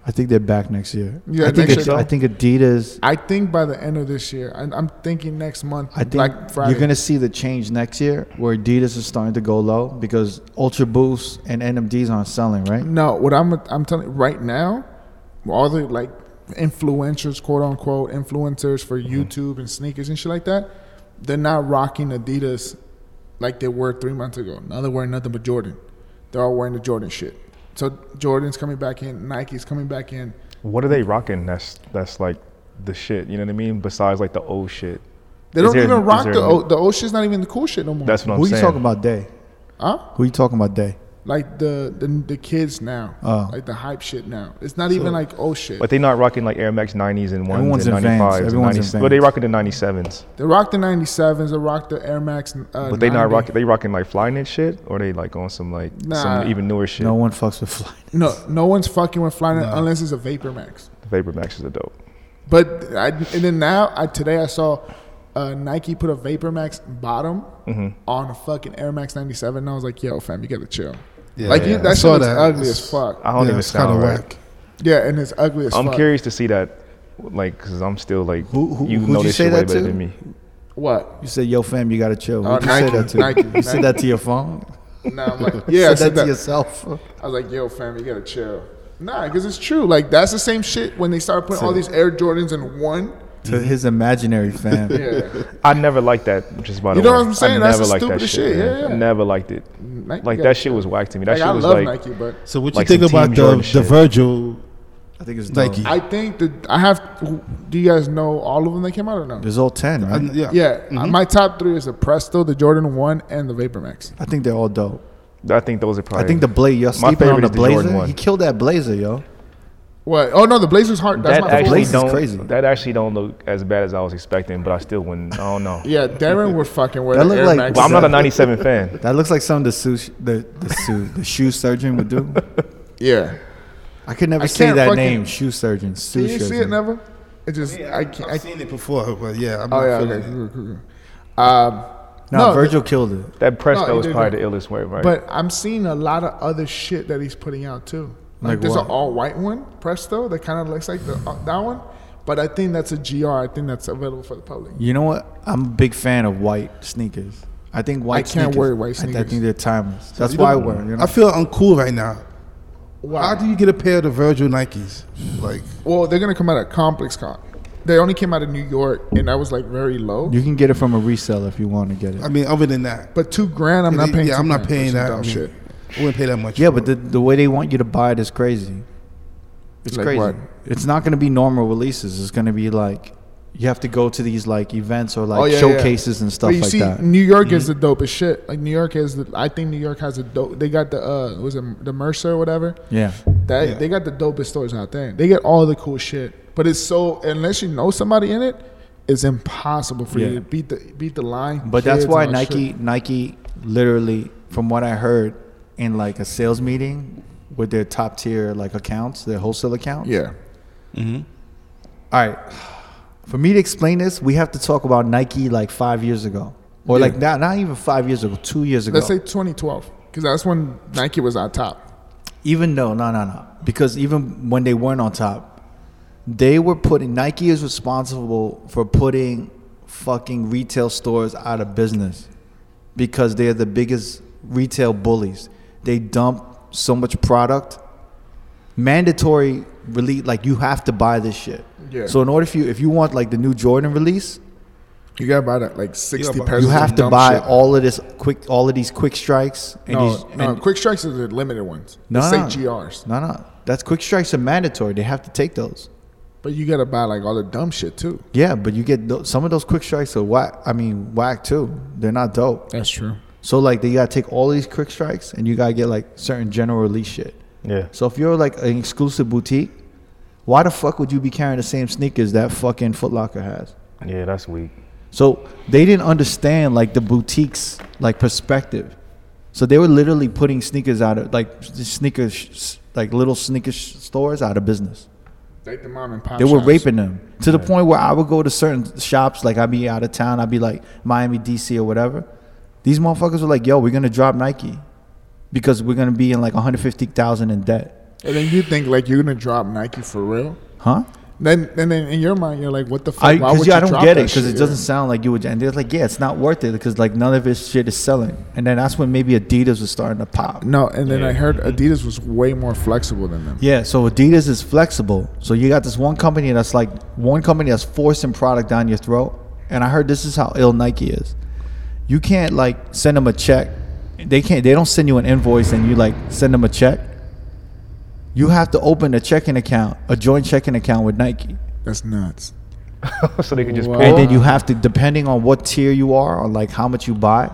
I think they're back next year.
Yeah,
I think,
next
Ad-
year.
I think Adidas.
I think by the end of this year, I, I'm thinking next month,
I think
Black Friday.
you're gonna see the change next year, where Adidas is starting to go low because Ultra Boost and NMDs aren't selling, right?
No, what I'm I'm telling you right now, all the like influencers, quote unquote influencers for
Mm-hmm.
YouTube and sneakers and shit like that, they're not rocking Adidas like they were three months ago. Now they're wearing nothing but Jordan. They're all wearing the Jordan shit. So Jordan's coming back in, Nike's coming back in.
What are they rocking? That's that's like the shit. You know what I mean? Besides like the old shit.
They
Is
don't
there-
even
is
rock
there-
the old, the old shit's not even the cool shit no more.
That's what I'm
Who you
saying.
talking about, Day?
huh?
Who you talking about, Day?
Like the, the the kids now,
Oh.
like the hype shit now. It's not even like old shit.
But they not rocking like Air Max 90s and ones
Everyone's
and
in Vans.
95s.
Everyone's in
and 90s. Well, they
Vans.
rocking the 97s.
They rock the '97s. They rock the Air Max. Uh,
But they not
90.
rocking. They rocking like Flyknit shit, or they like on some like
Nah.
some even newer shit.
No one fucks with Fly.
No, no one's fucking with Flyknit unless it's a Vapor Max.
The Vapor Max is a dope.
But I, and then now, I, today I saw uh, Nike put a Vapor Max bottom
Mm-hmm.
on a fucking Air Max 97. And I was like, yo, fam, you gotta chill.
Yeah,
like, you-
yeah. I
that shit
saw
looks
that.
ugly as
It's-
fuck.
I don't
Yeah,
even
it's kinda
sound right.
whack.
yeah, and it's ugly as
I'm
fuck.
curious to see that, like, cause I'm still like,
Who- who-
you
who'd
know
you
this
say
shit way
that
better
to?
than me. *laughs*
What?
*laughs* You said, "Yo, fam, you gotta chill."
Oh,
Who'd you say
Nike,
that to?
Nike,
you said
Nike.
that to your phone. *laughs*
No, I'm like, yeah, I said
said that to
that.
yourself.
*laughs* I was like, yo, fam, you gotta chill. Nah, because it's true. Like, that's the same shit when they started putting all these Air Jordans in one.
to his imaginary fam.
*laughs* Yeah.
I never liked that. Just by the
You know
way.
what I'm saying?
I
That's
never
the
liked that
stupidest
shit.
shit,
man.
yeah, yeah.
Never liked it.
Nike
like
gotta
that shit was whack to me. That
Like,
shit
I
was
love
like
Nike, but
So what you
Like
think
some Team
about the
Jordan
the
shit.
Virgil?
I think it's
Nike.
dope.
I think that I have. Do you guys know all of them that came out or no?
There's all ten,
I-
right? I,
yeah.
Yeah, my top three is the Presto, the Jordan One, and the Vapor Max.
think they're all dope.
I think those are
I
probably.
think the blazer. You're
My
sleeping on
favorite
the
is the Jordan
blazer.
one.
he killed that blazer, yo.
What? Oh no, the Blazers hard. That's
that
my
actually
Blazers
favorite.
don't.
crazy.
That actually don't look as bad as I was expecting, but I still wouldn't. I
*laughs*
don't know.
Yeah, Darren would fucking wear
That
the
look
Air
like-
Max.
Well, I'm not a '97 fan.
That looks like something the suit the the, su- the shoe surgeon would do.
yeah.
I could never
I
say
can't
that
fucking-
name. Shoe surgeon.
Do
Shoe
you see it
surgeon.
never? It just I can't.
I've
I,
seen it before, but yeah, I'm
oh
not
yeah.
feeling
Okay.
it.
cool, cool, cool. Um,
No,
no,
Virgil killed it.
That Presto
No,
is
you
probably the
didn't.
illest way, right?
but I'm seeing a lot of other shit that he's putting out too. Like,
Like
there's
what?
an all white one, Presto, that kind of looks like the, uh, that one, but I think that's a GR. I think that's available for the public.
You know what? I'm a big fan of white sneakers. I think white.
can't
sneakers-
wear white
I- I,
sneakers.
think they're timeless. That's why I
don't-
wear. 'em, You know?
I feel uncool right now. How
Wow.
do you get a pair of the Virgil Nikes? Like,
Well, they're gonna come out at Complex Con. They only came out of New York, and that was like very low.
you can get it from a reseller if you want to get it.
I mean, other than that,
But two grand, I'm not paying.
Yeah,
two
I'm not
grand for
paying
some
that.
dumb
I mean,
shit.
I wouldn't pay that much.
Yeah,
for
but
it.
the, the way they want you to buy it is crazy. It's
Like
crazy.
what?
It's not going to be normal releases. It's going to be like you have to go to these like events or like
Oh, yeah, yeah.
showcases and stuff
But you
like
see,
that. Mm-hmm.
New York is the dopest shit. Like New York is, the, I think New York has a dope. They got the uh, was it the Mercer or whatever?
yeah,
That they got the dopest stores out there. They get all the cool shit. But it's so unless you know somebody in it, it's impossible for
Yeah.
you to beat the beat the line.
but
kids
that's
and
why
all that
Nike
shit.
Nike literally, from what I heard, in like a sales meeting with their top tier like accounts, their wholesale accounts.
Yeah.
All right. For me to explain this, we have to talk about Nike like five years ago. or like not not even five years ago, two years ago.
Let's say 2012, because that's when Nike was our top.
Even though, no, no, no. Because even when they weren't on top, they were putting, Nike is responsible for putting fucking retail stores out of business because they're the biggest retail bullies. They dump so much product, mandatory release, like you have to buy this shit.
Yeah.
So, in order for you, if you want like the new Jordan release,
You got about like 60
You
pairs.
you
of
have to
dumb
buy
shit.
all of this quick, all of these quick strikes. And
No,
these,
no,
and-
quick strikes are the limited ones.
No,
No,
no,
say
no.
GRs,
No, no. That's quick strikes are mandatory. They have to take those.
but you gotta buy like all the dumb shit too.
Yeah, but you get tho- some of those quick strikes are whack. I mean, whack too. They're not dope.
That's true.
So like, they gotta take all these quick strikes, and you gotta get like certain general release shit.
Yeah.
So if you're like an exclusive boutique, why the fuck would you be carrying the same sneakers that fucking Foot Locker has?
Yeah, that's weak. *laughs*
So they didn't understand like the boutiques like perspective. So they were literally putting sneakers out of like sneakers like little sneaker sh- stores out of business.
Like the mom and pop.
They were
shops.
raping them to the point where I would go to certain shops, like I'd be out of town, I'd be like Miami, DC, or whatever. These motherfuckers were like, "Yo, we're gonna drop Nike because we're gonna be in like 150,000 in debt,
And then you think like you're gonna drop Nike for real?
huh?"
Then, and then in your mind you're like, what the fuck?
I
Why
because
would
yeah, I
you
don't
drop
get
that
it because
shit?
it doesn't sound like you would. And they're like, "Yeah, it's not worth it because like none of this shit is selling." And then that's when maybe Adidas was starting to pop.
No, and then I heard Adidas was way more flexible than them.
Yeah, so Adidas is flexible. So you got this one company that's like one company that's forcing product down your throat. And I heard this is how ill Nike is. You can't like send them a check. They can't. They don't send you an invoice and you like send them a check. You have to open a checking account, a joint checking account with Nike,
That's nuts.
so they could just
Wow.
pay.
and then you have to, depending on what tier you are or like how much you buy,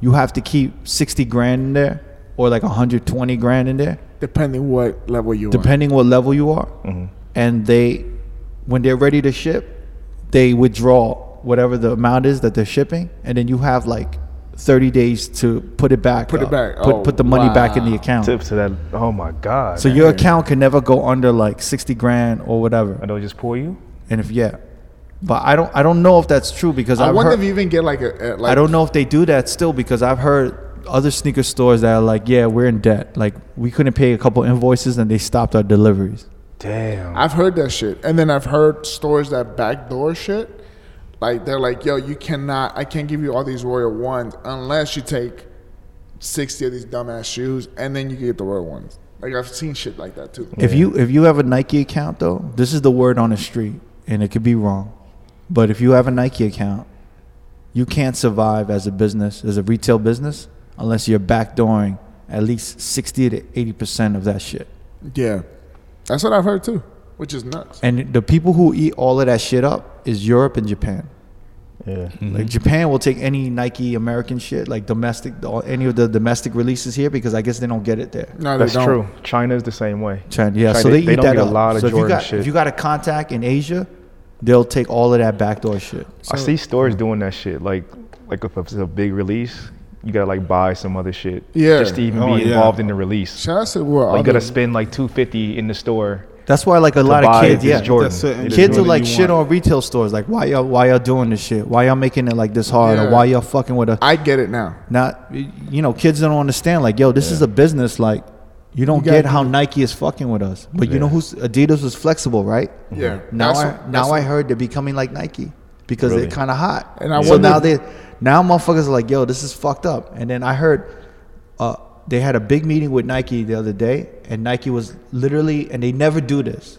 you have to keep sixty grand in there or like hundred twenty grand in there.
Depending what level you are.
depending what level you are
Mm-hmm.
and they when they're ready to ship they withdraw whatever the amount is that they're shipping and then you have like 30 days to put it back
Put it
up,
back.
put,
Oh,
put the money back in the
wow.
account
Tips to that. Oh my God.
so
man.
your account can never go under like 60 grand or whatever
and they'll just pull you.
and if yeah but i don't i don't know if that's true because
I
I've
wonder
heard-
if you even get like a, a like
I don't know if they do that still because I've heard other sneaker stores that are like, yeah, we're in debt. Like we couldn't pay a couple invoices and they stopped our deliveries.
Damn.
I've heard that shit, and then I've heard stores that backdoor shit. Like they're like, "Yo, you cannot. I can't give you all these royal ones unless you take sixty of these dumbass shoes, and then you can get the royal ones." Like I've seen shit like that too.
If you if you have a Nike account though, this is the word on the street, and it could be wrong, but if you have a Nike account, you can't survive as a business, as a retail business, unless you're backdooring at least sixty to eighty percent of that shit.
Yeah, that's what I've heard too, which is nuts.
And the people who eat all of that shit up is Europe and Japan.
yeah.
Like Japan will take any Nike American shit, like domestic, any of the domestic releases here, because I guess they don't get it there.
No,
That's
they don't.
true. China's the same way.
China, yeah.
China,
so they,
they- they
eat
don't
that
get a
up.
lot of
so if you
Jordan
got,
shit.
If you got a contact in Asia, they'll take all of that backdoor shit.
I see stores doing that shit. Like, like if it's a big release, you gotta like buy some other shit.
Yeah.
Just to even
Oh,
be
yeah.
involved in the release.
Shout out to what
Like, you gotta
other-
spend like two fifty in the store.
That's why like a
to
lot of
buy
kids,
this
yeah.
Jordan.
That's it.
It is
Kids are
Jordan
like
you
shit
want.
on retail stores. Like why y'all why y'all doing this shit? Why y'all making it like this hard?
Yeah.
Or why y'all fucking with a
I get it now.
not? You know, kids don't understand. Like yo, this is a business. Like you don't
You gotta
get how Nike is fucking with us. But you know who's Adidas was flexible, right?
Yeah.
Now
That's
I
what-
now
that's
I
what-
heard they're becoming like Nike because
Really?
they're kind of hot.
And I
so
wonder-
now they now motherfuckers are like, yo, this is fucked up. And then I heard uh, they had a big meeting with Nike the other day, and Nike was literally, and they never do this.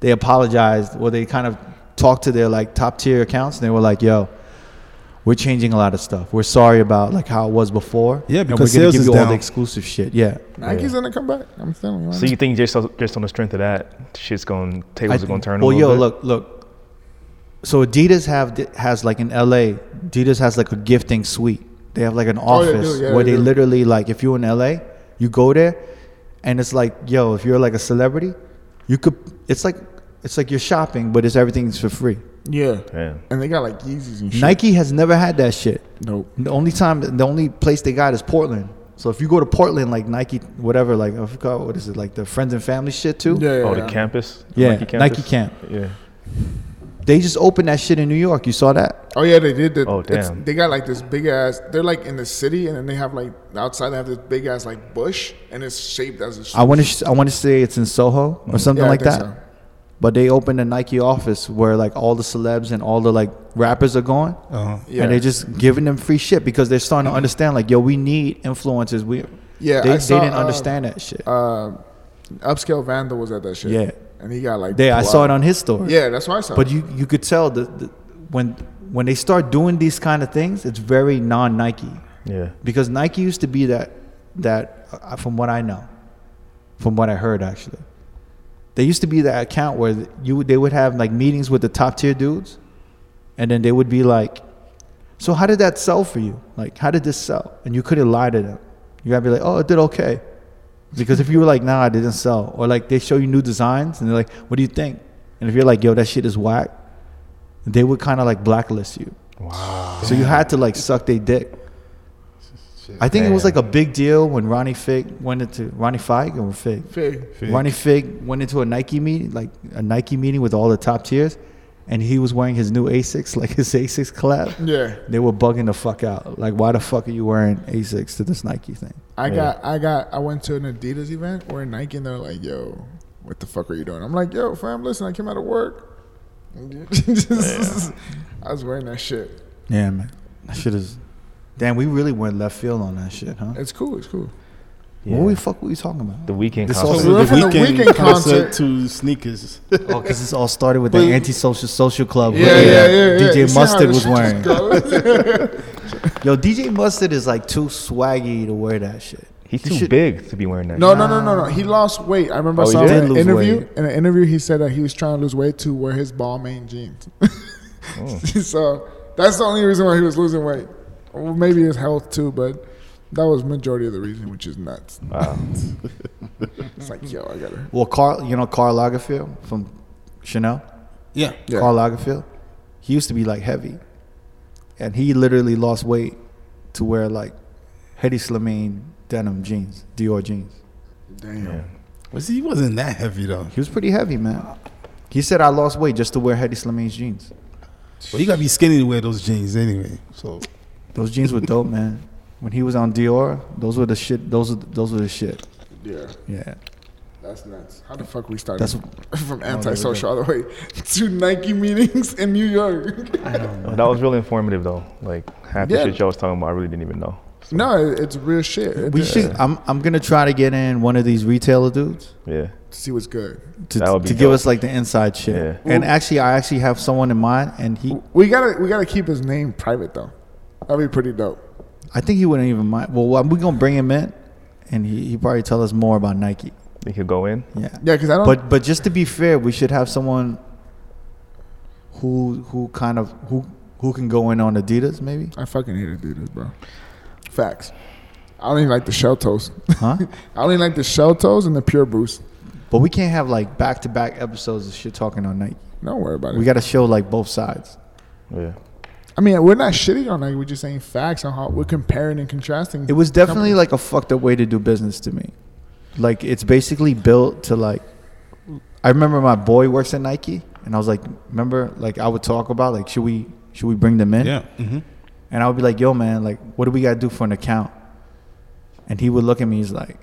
They apologized or they kind of talked to their like top tier accounts, and they were like, yo. We're changing a lot of stuff. We're sorry about like how it was before.
Yeah,
and
because
we're gonna
sales
give
is
you all
down.
the exclusive shit. Yeah,
Nike's gonna come back. I'm telling you.
So you think just just on the strength of that, shit's gonna
I
tables are
th-
gonna turn.
Well,
a
yo,
little
look,
bit?
look. So Adidas have th- has like in LA, Adidas has like a gifting suite. They have like an
Oh, they do,
office
yeah,
where
they
they,
do.
literally like if you're in LA, you go there, and it's like yo, if you're like a celebrity, you could. It's like it's like you're shopping, but it's everything's for free.
yeah.
Yeah.
And they got like Yeezys and shit.
Nike has never had that shit.
Nope.
The only time, the only place they got is Portland. So if you go to Portland, like Nike, whatever, like I forgot what is it, like the friends and family shit too.
Yeah.
Oh, the
yeah.
campus.
Yeah, Nike camp.
Yeah.
They just opened that shit in New York. You saw that?
Oh yeah, they did. The,
Oh,
it's-
damn.
They got like this big ass. They're like in the city, and then they have like outside. They have this big ass like bush, and it's shaped as a.
I want to I want to say it's in Soho or
Mm-hmm. Yeah,
something
I
like
think
that.
so.
But they opened a Nike office where like all the celebs and all the like rappers are going.
Uh-huh.
Yeah.
And they're just giving them free shit because they're starting to understand like yo, we need influencers. We
Yeah,
they,
I
they
saw,
didn't
uh,
understand that shit.
uh, upscale Vandal was at that shit.
Yeah.
and he got like.
They, I saw it
blocked.
on his story.
Yeah, that's why I saw.
But
it.
you you could tell that the, when when they start doing these kind of things, it's very non Nike
Yeah.
because Nike used to be that that uh, from what I know, from what I heard actually, they used to be that account where you would- they would have like meetings with the top tier dudes, and then they would be like, "So how did that sell for you? Like how did this sell?" And you couldn't lie to them. You gotta be like, "Oh, it did okay." Because if you were like, nah, it didn't sell, or like they show you new designs and they're like, what do you think? And if you're like, yo, that shit is whack, they would kind of like blacklist you. Wow. So you had to like suck their dick. I think it was
Damn.
like a big deal when Ronnie Fig went into Ronnie Fig or Fig.
Fig.
Ronnie Fig went into a Nike meeting, like a Nike meeting with all the top tiers, and he was wearing his new Asics, like *laughs* his Asics collab.
Yeah,
They were bugging the fuck out. Like, why the fuck are you wearing Asics to this Nike thing?
I got, I got, I went to an Adidas event or a Nike, and they're like, "Yo, what the fuck are you doing?" I'm like, "Yo, fam, listen, I came out of work." *laughs* I was wearing that shit.
Yeah, man. That shit is. Damn, we really went left field on that shit, huh?
It's cool. It's cool.
What
Yeah.
the fuck were you
*laughs*
talking about?
The weekend
This
concert.
also-
we're from the Weeknd concert.
to sneakers.
oh, because this all started with the anti-social social club.
Yeah, yeah,
right?
yeah. yeah.
DJ
You see how
Mustard
this
was
shit just
wearing.
*laughs* goes?
Yo, DJ Mustard is like too swaggy to wear that shit.
He's
He
too
should-
big to be wearing that.
no, no, no, no, no. He lost weight. I remember
Oh,
I
he
saw
did
an
lose
interview.
weight.
In an interview, he said that he was trying to lose weight to wear his Balmain jeans.
Oh.
*laughs* so that's the only reason why he was losing weight. Well, maybe his health too, but that was majority of the reason, which is nuts.
Wow.
It's like, yo, I gotta.
Well, Carl, you know Carl Lagerfeld from Chanel.
Yeah.
Yeah.
Carl Lagerfeld, he used to be like heavy, and he literally lost weight to wear like Hedy Slimane denim jeans, Dior jeans.
Damn.
Was he wasn't that heavy though.
He was pretty heavy, man. He said I lost weight just to wear Hedy Slimane's jeans.
But you gotta be skinny to wear those jeans anyway. So
Those jeans were dope, man. When he was on Dior, those were the shit. Those were those were the shit.
Yeah,
Yeah,
that's nuts. How the fuck we started *laughs*
that's
from antisocial all the way *laughs* to Nike meetings in New York? *laughs*
That was really informative though. Like half the
Yeah.
shit y'all was talking about, I really didn't even know.
no, it- it's real shit. It-
we should. I'm I'm gonna try to get in one of these retailer dudes
Yeah.
to see what's good.
to
That would be
to give
dope.
us like the inside shit.
Yeah.
And actually, I actually have someone in mind, and he
We gotta we gotta keep his name private though. That'd be pretty dope.
I think he wouldn't even mind. Well, we're gonna bring him in, and he he probably tell us more about Nike.
They could go in.
Yeah.
Yeah, because I don't.
But but just to be fair, we should have someone who who kind of who who can go in on Adidas maybe,
I fucking hate Adidas, bro. Facts. I don't even like the shell toes. *laughs*
huh?
I only like the shell toes and the pure boost.
But we can't have like back to back episodes of shit talking on Nike.
Don't worry about it.
We got to show like both sides.
Yeah.
I mean, we're not shitting on Nike. We're just saying facts on how we're comparing and contrasting.
It was definitely like a fucked up way to do business to me. Like it's basically built to like. I remember my boy works at Nike, and I was like, remember, like I would talk about like should we should we bring them in?
yeah. Mm-hmm.
And I would be like, yo man, like what do we got to do for an account? And he would look at me. He's like,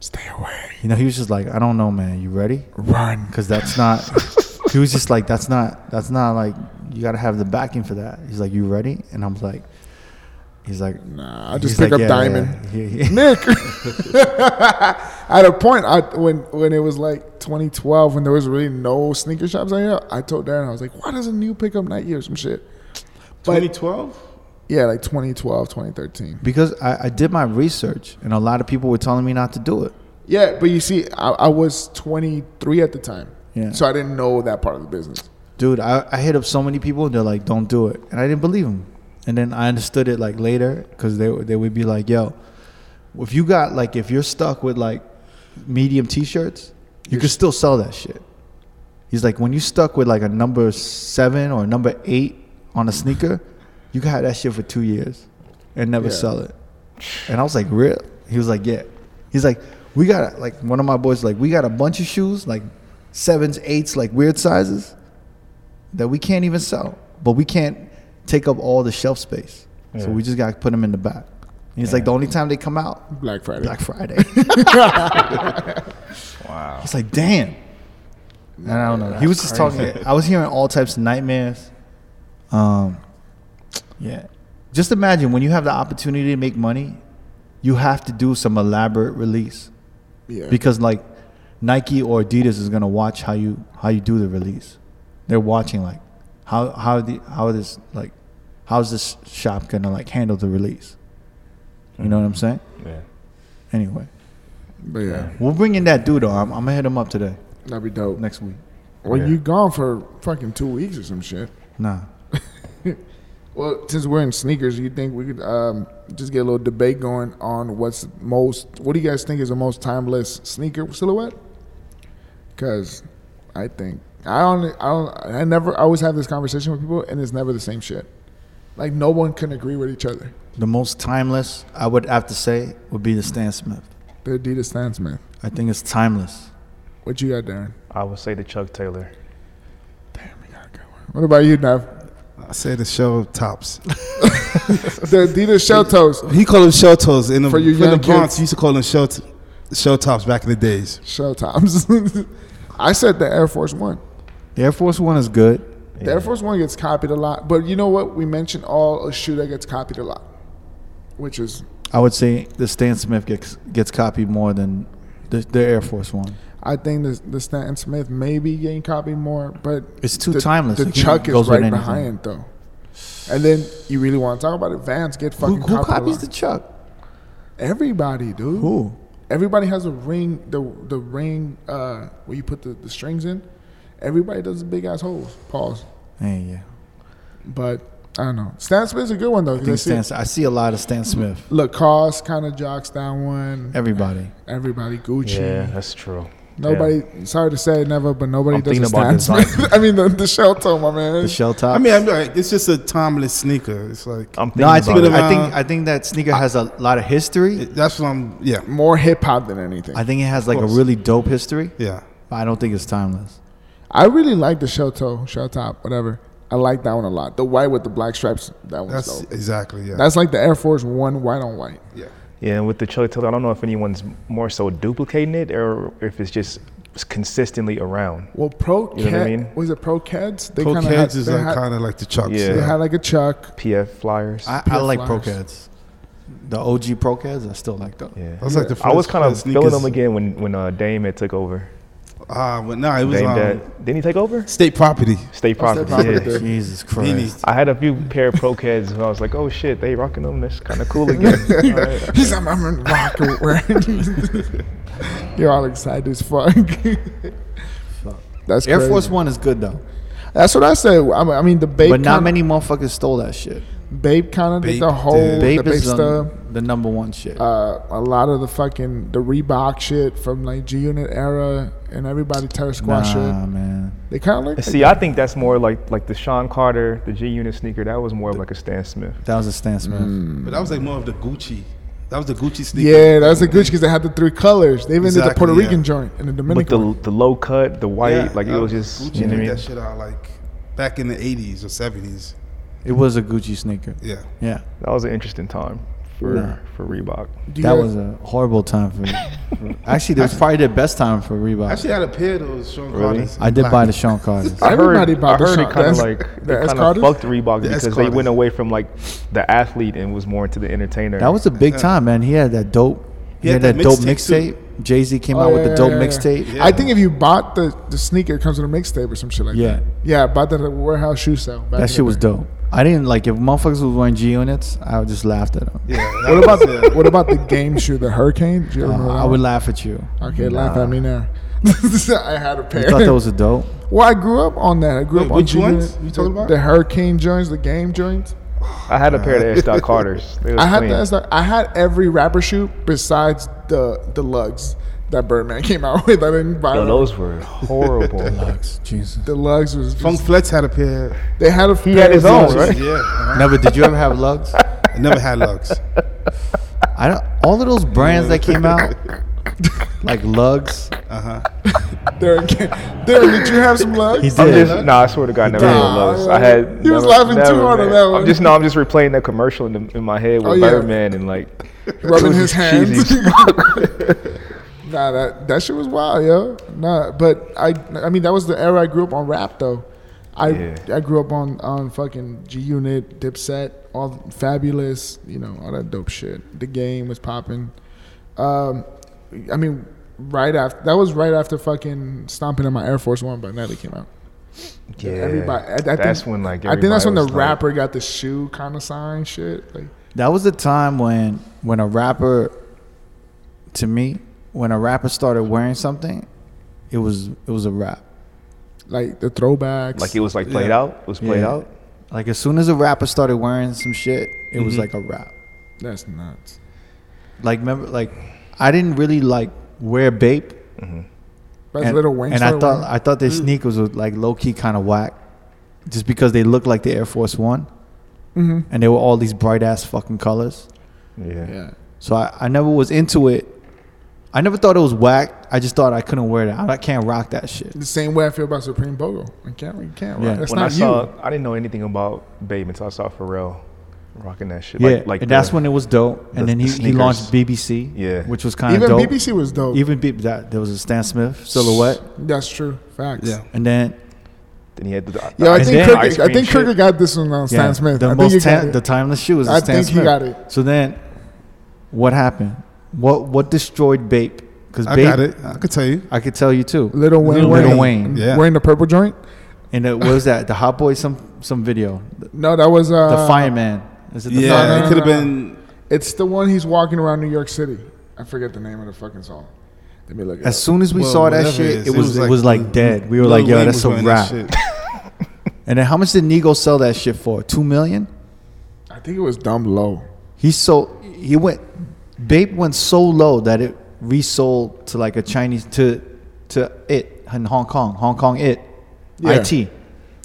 Stay away.
you know, he was just like, I don't know, man. You ready?
Run.
because that's
*laughs*
not he was just like that's not that's not like you gotta have the backing for that he's like you ready and i'm like he's like
Nah, I
he's
just pick
like,
up
"Yeah,
diamond.
yeah, yeah, yeah."
*laughs* Nick. At a point, I when when it was like 2012, when there was really no sneaker shops out here, I told Darren I was like, "Why doesn't you pick up Nike or some shit?" But
2012?
yeah, like 2012, 2013.
because I, I did my research and a lot of people were telling me not to do it
Yeah, but you see, I, I was 23 at the time,
Yeah.
so I didn't know that part of the business.
dude I, I hit up so many people and they're like don't do it and i didn't believe them and then i understood it like later because they, would- they would be like yo if you got like if you're stuck with like medium t-shirts you can still sell that shit he's like when you stuck with like a number seven or a number eight on a sneaker *laughs* you can have that shit for two years and never
Yeah.
sell it and i was like real he was like yeah he's like we got like one of my boys like we got a bunch of shoes like sevens eights like weird sizes that we can't even sell, but we can't take up all the shelf space. So
Yeah.
we just got to put them in the back. And it's like the only time they come out,
Black Friday.
Black *laughs* Friday.
Wow.
It's like, damn. And I don't know. He was just talking. I was hearing all types of nightmares. Um, yeah. Just imagine when you have the opportunity to make money, you have to do some elaborate release
yeah.
because like Nike or Adidas is gonna watch how you how you do the release. They're watching like how how the how this like how's this shop gonna like handle the release. You know what I'm saying?
Yeah.
Anyway,
but yeah,
we'll bring in that dude. Though. I'm, I'm gonna hit him up today
that'd be dope.
next week.
Well,
Yeah.
you gone for fucking two weeks or some shit.
Nah.
Well, since we're in sneakers, you think we could um, just get a little debate going on what's most? What do you guys think is the most timeless sneaker silhouette? Because I think I don't, I don't, I never. I always have this conversation with people, and it's never the same shit. Like no one can agree with each other.
The most timeless I would have to say would be the Stan Smith.
The Adidas Stan Smith.
I think it's timeless.
What you got, Darren?
I would say the Chuck Taylor.
What about you, Nev?
I say the shell tops.
The Adidas Shell Toes.
He called them shell toes. In the,
For
for
you
the
young
Bronx,
kids.
he used to call them shell, t- shell tops back in the days.
Shell Tops. *laughs* I said the Air Force One.
The Air Force One is good.
The Air Force One gets copied a lot, but you know what? We mentioned all a shoe that gets copied a lot, which is
I would say the Stan Smith gets gets copied more than the, the Air Force One.
I think the, the Stanton Smith may be getting copied more, but
It's too
the,
timeless.
The
It
Chuck
goes
is
with
right
anything.
behind though, and then you really want to talk about it? Vans get
Who,
fucking
who
copied.
copies
a
the
lot.
Chuck?
Everybody, dude.
Who?
Everybody has a ring. The the ring uh, where you put the, the strings in. Everybody does the big ass holes. Pause.
Hey, yeah.
But I don't know. Stan Smith's a good one though.
I
'cause I
think
see
Stan. I see a lot of Stan Smith.
Lacoste kind of jocks that one.
Everybody.
Everybody Gucci.
Yeah, that's true.
Nobody. Sorry to say it, never, but nobody
I'm
does
thinking
the
about
Stan Smith. *laughs* I mean the, the shell toe, my man.
The shell top.
I mean, I'm like, it's just a timeless sneaker. It's like
I'm thinking
no, I
about
think
it.
about it.
I think I think that sneaker has a lot of history.
that's what I'm. Yeah,
more hip hop than anything.
I
I,
think it has like a
course.
really dope history,
yeah.
but I don't think it's timeless.
really like the shell toe, shell top, whatever. I like that one a lot. The white with the black stripes, that one's
That's
dope.
exactly yeah.
That's like the Air Force One white on white.
yeah.
Yeah, and with the Chuck Taylor, I don't know if anyone's more so duplicating it or if it's just consistently around.
Well, Pro
You know what I
Ked-
mean?
was it Pro Keds? They
Pro
kinda
Kids
had-
is
they
like
had-
kind of like the Chucks.
Yeah.
They had like a Chuck.
PF Flyers.
I, I
Pure
like
flyers.
Procats. The OG Procats, I still like those.
yeah.
That's like the
I was
first
kind of
sneakers-
feeling them again when when uh, Dame had took over.
Ah, but no, it was
Dame
um,
Dad, didn't he take over?
state property.
State Property.
Property
yeah.
did.
Jesus Christ.
Really.
I had a few pair of Pro Kids, and I was like, "Oh shit, they rocking them. That's kind of cool
*laughs*
again." All right.
He's like, I'm in rock *laughs* and wearing. *laughs* You're all excited as fuck. *laughs* That's
Air
crazy.
Force One is good though,
That's what I said. I mean, I mean the Babe.
but not
kinda-
many motherfuckers stole that shit.
Babe kind of did
Bape
the whole
did.
Babe
the Bape
is
stuff.
the, the number one shit.
uh, a lot of the fucking the Reebok shit from like G Unit era and everybody Terror Squad
nah,
shit.
man.
They kind of like
See, I think that's more like like the Sean Carter, the G Unit sneaker. That was more of like a Stan Smith.
That was a Stan Smith.
But that was like more of the Gucci. That was the Gucci sneaker.
Mm. yeah, that's a Gucci because they had the three colors. They even did the
Exactly,
Puerto
yeah.
Rican joint and the
But
Dominican.
the the low cut, the white,
Yeah,
like it
that
was just
Gucci
you know what
made
I mean.
that shit out like back in the '80s or '70s.
It was a Gucci sneaker.
Yeah.
Yeah,
That was an interesting time for
Nah.
for Reebok.
one. Do you
that
guys-
was a horrible time for. actually, that was probably the best time for Reebok.
I actually had a pair of those Sean
Really?
Carters.
I did buy the Sean Carter.
I heard,
Everybody bought
I
the
heard
Sean-
it kind of
that's-
like
the
they kind of
S-Carters?
fucked Reebok
The
because they
S-Carters.
went away from like the athlete and was more into the entertainer.
That was a big time, man. He had that dope. He,
He
had,
had
that
that
dope
mixtape, too.
mixtape. Jay Z came
Oh,
out
yeah,
with the
yeah,
dope
yeah, yeah.
mixtape.
I think if you bought the, the sneaker, it comes with a mixtape or some shit like
Yeah.
that. Yeah, I bought that at warehouse shoe sale. back in the
That shit was
day.
dope. I didn't like if motherfuckers was wearing G units. I would just laughed at them.
Yeah. that
What
was,
about
yeah.
what about the game shoe, the Hurricane? Do you remember that
Uh, I
one?
would laugh at you.
Okay, laugh at me now. *laughs* I had a pair.
I thought that was a dope.
*laughs* well, I grew up on that. I grew
Wait,
up on
which
G Unit.
ones you talking about?
The Hurricane joints, the game joints.
I had a pair of S.
*laughs*
Dot Carters. They was
I had
clean.
to ask that. I had every rapper shoe besides the the lugs that Birdman *laughs* came out with. I didn't buy
Yo,
them.
those
*laughs*
were horrible.
Jesus.
The lugs was just-
Funk Flex had a pair.
They had a
he had his own, right?
Yeah. uh-huh.
Never. Did you ever have lugs?
I never had Lux.
I don't. All of those brands that came out, like lugs.
Derek, Derek, did you have some luck?
He
I'm
did.
just nah. I swear to God, I never
did.
had lows. I had.
He was
never-
laughing too
never,
hard on
man.
that one.
I'm just no. I'm just replaying that commercial in, the, in my head with
Oh, yeah.
Birdman and like
*laughs* Rubbing
it
his
was
*laughs*
just
hands.
cheesy.
nah, that that shit was wild, yo. Nah, but I I mean that was the era I grew up on rap though. I
Yeah.
I grew up on on fucking G Unit, Dipset, all fabulous, you know, all that dope shit. The game was popping. Um, I mean, right after that was right after fucking stomping on my Air Force One by Nelly came out.
yeah.
Everybody, I, I
that's
think,
when like
I think that's
everybody
when the
was, like-
rapper got the shoe kind of sign shit. Like,
That was the time when when a rapper to me, when a rapper started wearing something, it was it was a rap.
like the throwbacks.
like it was like played
Yeah.
out. It was played
Yeah.
out.
Like as soon as a rapper started wearing some shit, it was like a rap.
that's nuts.
Like remember like I didn't really like wear Bape
That's
and,
little Wayne.
and I
started
thought
wearing-
I thought their sneakers were like low key kind of whack, just because they looked like the Air Force One,
Mm-hmm.
and they were all these bright ass fucking colors.
Yeah.
yeah.
So I, I never was into it. I never thought it was whack. I just thought I couldn't wear that. I, I can't rock that shit.
The same way I feel about Supreme Bogo. I can't. You can't.
Yeah.
Yeah. That's
When I
not
saw,
you.
I didn't know anything about Babe until I saw Pharrell rocking that shit.
Yeah,
Like, like
and that's
the-
when it was dope. And
the-
then he,
the
he launched BBC,
Yeah.
which was kind of
Even
uh, dope.
BBC was dope.
Even B- that there was a Stan Smith silhouette,
that's true. Facts.
Yeah.
and then
Then he had the.
Yo, I
And
think
then-
Kirk,
ice
I
cream
think Kirk
shit.
got this one on
yeah,
Stan Smith.
the
I think
most
you got
ta-
it.
the timeless shoe was
I
Stan
think he
Smith.
got it.
So then, what happened? What what destroyed Bape? Because
I
Bape,
got it. I could tell you.
I could tell you too.
Little Wayne.
Little
Wayne.
Wayne.
Yeah.
Wearing the purple joint.
And it, what was that? The Hot Boy some some video. The,
No, that was uh,
the Fireman. Is it the
Yeah,
no,
it
no,
could have
no.
been.
It's the one he's walking around New York City. I forget the name of the fucking song. Let me look. It
As
up.
soon as we
Well,
saw that
whatever
shit,
is,
it, was, it was like dead. We were
Lil
like, yo,
Wayne
that's
was
a
wearing that
rap.
shit.
And then how much did Nego sell that shit for? Two million?
I think it was Dumb Low.
He sold. He went. Bape went so low that it resold to like a Chinese to to it in Hong Kong. Hong Kong it.
Yeah.
It.
Yeah,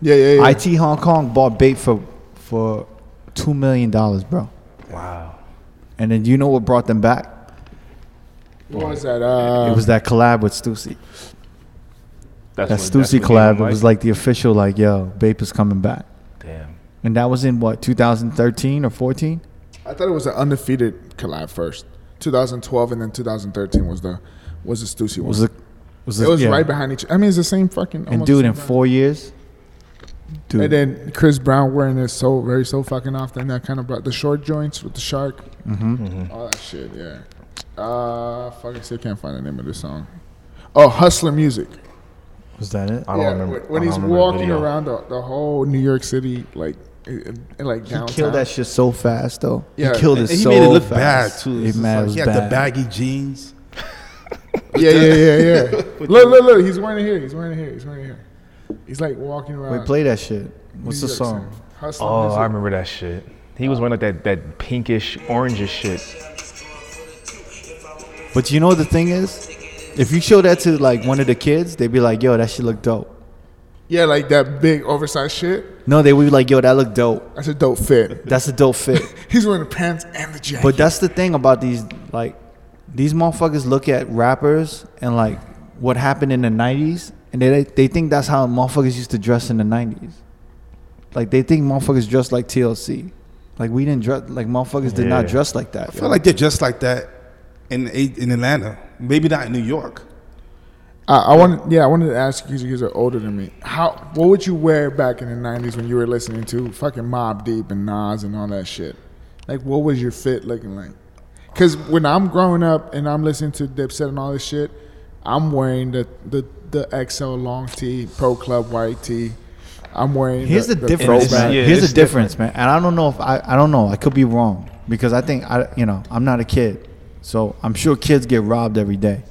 yeah, yeah.
It Hong Kong bought Bape for for two million dollars, bro.
Wow.
And then you know what brought them back?
what was that? Uh,
It was that collab with Stussy.
That's
That
what- that's
Stussy
what
collab.
Game
It was like the official, like, yo, Bape is coming back.
Damn.
And that was in what 2013 or 14.
I thought it was an undefeated collab first. 2012 and then 2013 was the was the Stussy one.
Was it? Was
it was
yeah.
right behind each. I mean, it's the same fucking.
And
almost
dude,
the
in
same
four years,
vibe.
dude,
And then Chris Brown wearing it so very so fucking often that kind of brought the short joints with the shark, mm-hmm. all that shit. Yeah. Uh, fuck, I still can't find the name of this song. Oh, hustler music.
was that it?
Uh,
I don't
yeah,
remember.
when
I
he's
don't remember the
walking
video.
around the, the whole New York City, like, and, and, like downtown.
He killed that shit so fast, though.
Yeah.
He killed it
And he
so
made it look
fast.
bad too.
It
It's just
mad,
like,
it was
he had the
bad.
baggy jeans.
Yeah, yeah,
*laughs*
yeah, yeah. look, look, look. He's wearing it here. He's wearing it here. He's wearing it here. He's like walking around.
Wait, play that shit.
New
What's the
York
song?
City. Hustler
Oh,
music.
I remember that shit. He was wearing like that, that pinkish, orangish shit.
But you know what the thing is, if you show that to like one of the kids, they'd be like, "Yo, that shit look dope."
Yeah, like that big oversized shit.
No, they would be like, "Yo, that look dope.
That's a dope fit.
That's a dope fit."
He's wearing the pants and the jacket.
But that's the thing about these like these motherfuckers look at rappers and like what happened in the nineties and they they think that's how motherfuckers used to dress in the nineties. Like they think motherfuckers dress like TLC. Like we didn't dress like motherfuckers did not
Yeah.
dress like that.
I feel like they're just like that in in Atlanta. Maybe not in New York.
I, I wanted, yeah, I wanted to ask you because you guys are older than me. How, what would you wear back in the '90s when you were listening to fucking Mob Deep and Nas and all that shit? Like, what was your fit looking like? Because when I'm growing up and I'm listening to Dipset and all this shit, I'm wearing the the, the XL long tee, Pro Club white tee. I'm wearing.
Here's the, difference.
difference.
throwback.
man. Yeah,
Here's
it's
the difference, man. And I don't know if I, I don't know. I could be wrong because I think I you know I'm not a kid, so I'm sure kids get robbed every day,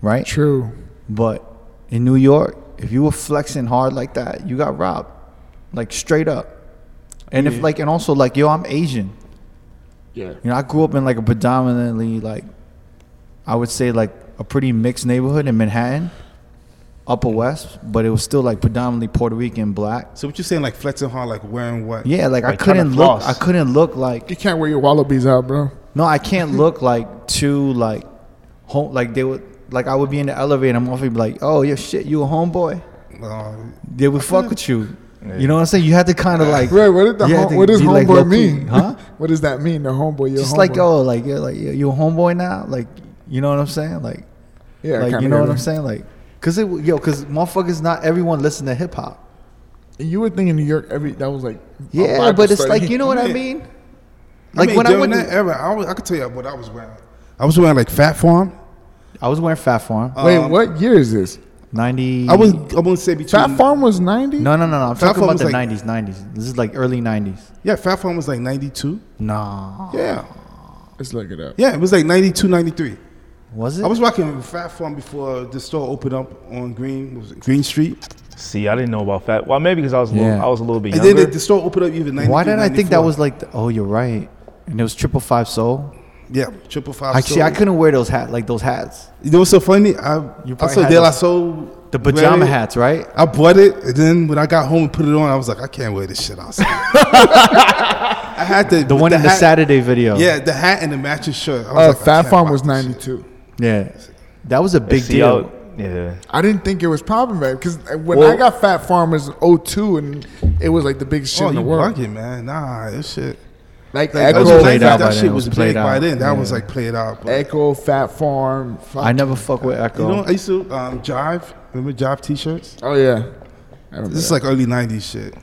right?
True.
But in New York, if you were flexing hard like that, you got robbed, like straight up. And if like and also like yo, I'm Asian.
Yeah.
You know, I grew up in like a predominantly like, I would say like a pretty mixed neighborhood in Manhattan, Upper West, but it was still like predominantly Puerto Rican, black.
So what you saying? Like flexing hard, like wearing what?
Yeah, like, I
Like, kinda
couldn't look.
floss.
I couldn't look like
You can't wear your wallabies out, bro.
no. I can't look like too like home like they would like I would be in the elevator and motherfucker be like, Oh yo shit, you a homeboy?
Oh,
They would fuck with you. You know what I'm saying? You had to kinda like
Right, what, did the
you had
home,
to
what does
be, like,
homeboy
low-key,
mean?
Huh?
*laughs* what does that mean, the homeboy? Your
Just
homeboy?
like oh, like you're like you you a homeboy now? Like you know what I'm saying? Like
yeah,
like
kinda
you know what
got
I'm
it.
saying? Like cause it yo, cause motherfuckers not everyone listen to hip hop.
Oh, You would think in New York, every that was like a
Yeah,
Bible
but it's
study.
like you know what I
Yeah.
mean? Like
like I mean,
when I
during
went
that
to,
era, I, was, I could tell you what I was wearing. I was wearing like Fat Farm.
I was wearing Fat Farm.
*laughs* Wait,
um,
what year is this?
Ninety
I was I wouldn't say between
Fat Farm was ninety.
No, no, no, no. I'm
Fat
talking
Farm
about
was
the
like-
nineties, nineties. This is like early nineties.
Yeah, Fat Farm was like 92.
Nah.
Yeah.
Let's look it up.
Yeah, it was like 92, 93.
Was it?
I was rocking Fat Farm before the store opened up on Green was it Green Street.
See, I didn't know about fat. Well, maybe because I was a little,
Yeah.
I was a little bit
And
younger.
then the, the store opened up even 93,
Why did I think that
94.
was like? The, oh, you're right. And it was triple five soul.
Yeah, Triple Five.
Actually,
Soul.
I couldn't wear those hats, like those hats,
You know what's so funny? I
You probably
also
had
De La
those-
Soul.
the pajama
wear it.
hats, right?
I bought it, and then when I got home and put it on, I was like, I can't wear this
*laughs*
shit outside. I had to.
The one in the Saturday video.
Yeah, the hat and the matching shirt. I was
Uh,
like, I
Fat
can't
Farm
rock
was
this shit.
ninety two.
yeah. That was a big
See,
deal.
I- yeah.
I didn't think it was problematic because when
Well-
I got Fat Farm was 02 and it was like the biggest shit
Oh,
in
you
the world.
bugging, man? Nah, this shit.
Like,
Like,
was
Echo,
played out
that
by
that
then,
shit
it
was
was played
big by
out.
then. That
Yeah.
was like played out. But,
Echo, Fat Farm. Fuck.
I never fuck with Echo.
you know, I used to um, jive. Remember jive T-shirts?
oh yeah, I remember.
This is
that.
like early '90s shit.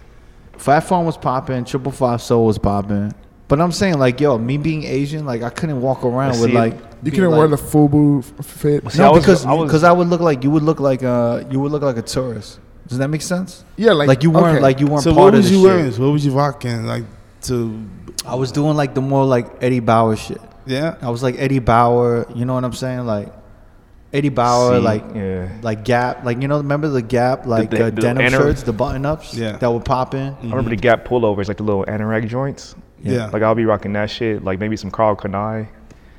Fat Farm was popping. Triple five soul was popping. But I'm saying, like, yo, me being Asian, like, I couldn't walk around
But
with
see,
like.
you
being,
couldn't
like,
wear the FUBU f- fit.
See, I
No,
was-
because
I was-
because I would look like you would look like uh you would look like a tourist. Does that make sense?
Yeah, like,
Like, you weren't
okay.
like you weren't
So
part
what
of
was
the
you
shit.
wearing? What was you rocking? Like to
I was doing like the more like Eddie Bauer shit.
yeah.
I was like Eddie Bauer, you know what I'm saying? Like Eddie Bauer,
See,
like
yeah.
like Gap, like you know, remember the Gap, like the, Mm.
the- the
denim
inner-
shirts, the button ups,
Yeah.
that would pop in.
I remember the Gap pullovers, like the little anorak joints.
Yeah.
Like I'll be rocking that shit. Like maybe some Carl Kanai,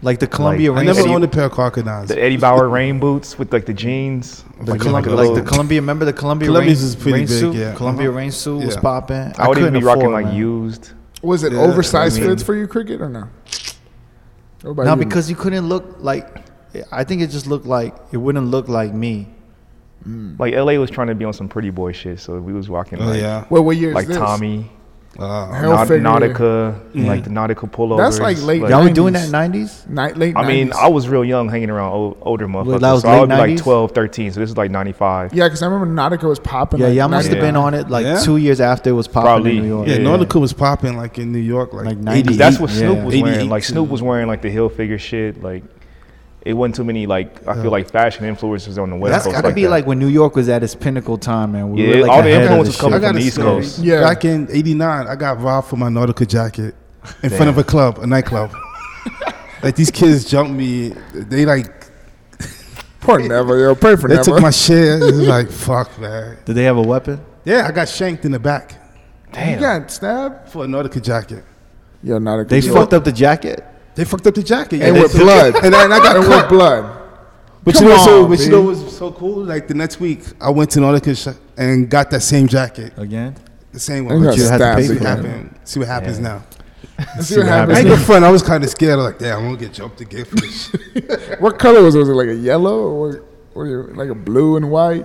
Like the Columbia
I
rain
never
suit,
owned a pair of crocodiles.
the Eddie Bauer rain boots with like the jeans.
the
like,
Columbia,
a
like the
little-
Columbia. Remember the Columbia
Columbia's
rain,
is pretty
rain
big,
suit?
yeah.
Columbia
Uh-huh.
rain suit was
Yeah.
popping. I,
I would even
couldn't
be rocking
afford,
like
man.
used.
was it
Yeah,
oversized
I mean-
fits for you, cricket or no? What about
No,
you?
because you couldn't look like. I think it just looked like it wouldn't look like me.
Like LA was trying to be on some pretty boy shit, so we was rocking
Oh
like,
yeah.
Well, what year is
like
this?
Tommy,
Uh,
Hell
Naut-
figure.
Nautica, like the Nautica pullovers.
like late
Y'all were
90s.
doing that in '90s.
Night late.
I mean,
90s.
I was real young hanging around old, older motherfuckers.
that was
so I
late
would be like
90s?
12, 13, so this is like 95.
yeah, because I remember Nautica was popping.
Yeah,
like,
y'all must have
90s.
been on it like
Yeah.
two years after it was popping
Probably.
in New York.
yeah,
Yeah.
Nordica was popping like in New York, like,
Like
90s.
90s.
That's what Snoop
Yeah.
was wearing.
88
Like Snoop
too.
was wearing like the hill figure shit. Like it wasn't too many like I feel like fashion influencers on the West
That's
Coast.
got to be
that.
like when New York was at its pinnacle time, man. We
Yeah,
were like
all the
ahead of
influence was
shit.
coming
I
from
got
the
a
East
story.
Coast.
Yeah.
Back in '89, I got robbed for my Nautica jacket in front of a club, a *laughs* nightclub. like these kids jumped me. They like
Poor Never, yo, pray for
they
Never.
took my shit. It was *laughs* like fuck, man.
Did they have a weapon?
Yeah, I got shanked in the back
you got stabbed.
for a Nautica jacket.
Yo, Nautica.
They
yo.
fucked up the jacket.
They fucked up the jacket. yeah.
and
They
with
took-
blood. *laughs*
And I, and I got
and with
cut.
blood.
But
Come
you know, what's so,
on,
but
B.
you know what's so cool? Like the next week, I went to Nautica sh- and got that same jacket,
Again,
the same
And
one.
got
But you
had to
stabbed.
pay for
see what
it.
again.
happens. See what happens now.
See what
what
happens.
I ain't gonna front. I was kind of scared. I was like, damn, I'm gonna get jumped again for this *laughs* shit.
What color was it? Was it like a yellow or, or you- like a blue and white?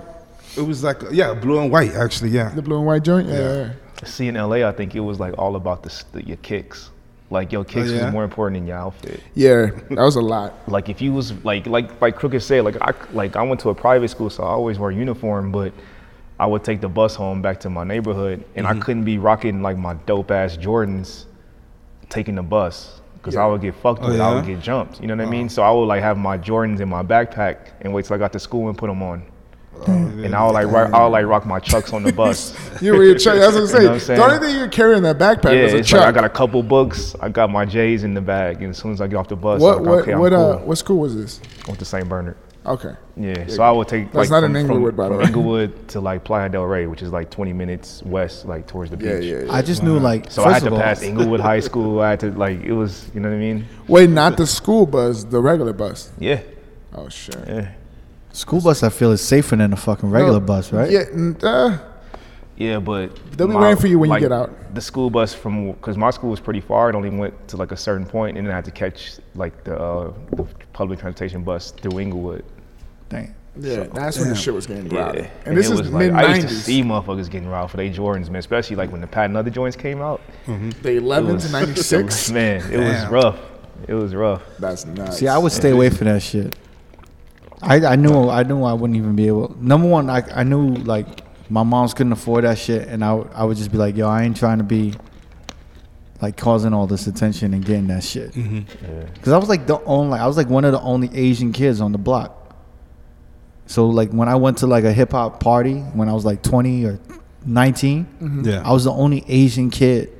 It was like, yeah, blue and white, actually, yeah.
The blue and white joint? Yeah.
See in LA, I think it was like all about the, s- the your kicks. Like your kicks
Oh, yeah?
was more important than your outfit.
Yeah, that was a lot.
Like if you was like like like Crooked said, like I like I went to a private school, so I always wore uniform, but I would take the bus home back to my neighborhood, and
Mm-hmm.
I couldn't be rocking like my dope ass Jordans taking the bus because I would get fucked with. I would
Oh, yeah? Oh.
get jumped. You know what I mean? So I would like have my Jordans in my backpack and wait till I got to school and put them on.
Oh,
and I would like rock, I would like rock my chucks on the bus.
*laughs*
You were your chuck. That's what I'm saying.
know what I'm
The
saying?
only thing you carry in that backpack
Yeah,
was a
it's like I
chuck.
got a couple books. I got my J's in the bag, and as soon as I get off the bus,
what
I'm like,
what
okay,
what
I'm
uh
cool.
what school was this?
I went to St. Bernard.
Okay.
Yeah, so I would take like
not
from,
in Inglewood,
from,
by the
from
way.
Inglewood to like Playa del Rey, which is like 20 minutes west, like towards the beach.
Yeah, yeah. yeah.
I just knew like
So
first
I had to
of all,
pass Inglewood High School. I had to like it was, you know what I mean?
Wait, not the school bus, the regular bus.
Yeah,
Oh shit.
yeah.
School bus, I feel is safer than a fucking regular bus, right?
Yeah. n- Uh,
Yeah, but
They'll be waiting for you when you get out.
The school bus from because my school was pretty far. It only went to like a certain point, and then I had to catch like the, uh, the public transportation bus through Inglewood.
Dang.
Yeah, that's when the shit was getting
Yeah,
rowdy. And this
it
is
was
mid
like, I used to see
nineties,
motherfuckers getting riled for their Jordans, man. Especially like when the patent leather joints came out.
the
It
eleven *laughs*
was- *laughs*
to
it
ninety
was-
six.
Man, it was
Damn.
rough. It was rough.
That's nuts.
See, I would stay away from that shit. I, I knew I knew I wouldn't even be able. Number one, I, I knew like my mom's couldn't afford that shit, and I would- I would just be like, yo, I ain't trying to be like causing all this attention and getting that shit. Because I was like the only I was like one of the only Asian kids on the block. So like when I went to like a hip hop party when I was like twenty or 19
Yeah.
I was the only Asian kid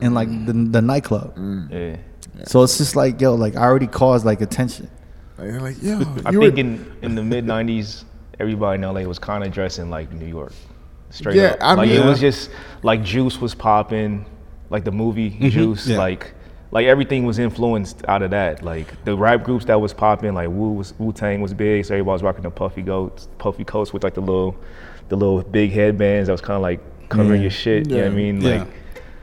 in like the, the nightclub.
Mm.
Yeah.
So it's just like, yo, like I already caused like attention.
And you're like, yo,
I
you
think
were,
in, in the mid '90s, everybody in LA was kind of dressing like New York, straight
Yeah,
up.
I
like
mean-
it was just like Juice was popping, like the movie Juice,
Mm-hmm, yeah.
like like everything was influenced out of that. Like the rap groups that was popping, like Wu was Wu Tang was big, so everybody was rocking the puffy goats, puffy coats with like the little the little big headbands that was kind of like covering your shit. You know what I
Yeah.
mean?
Mm, Yeah.
Like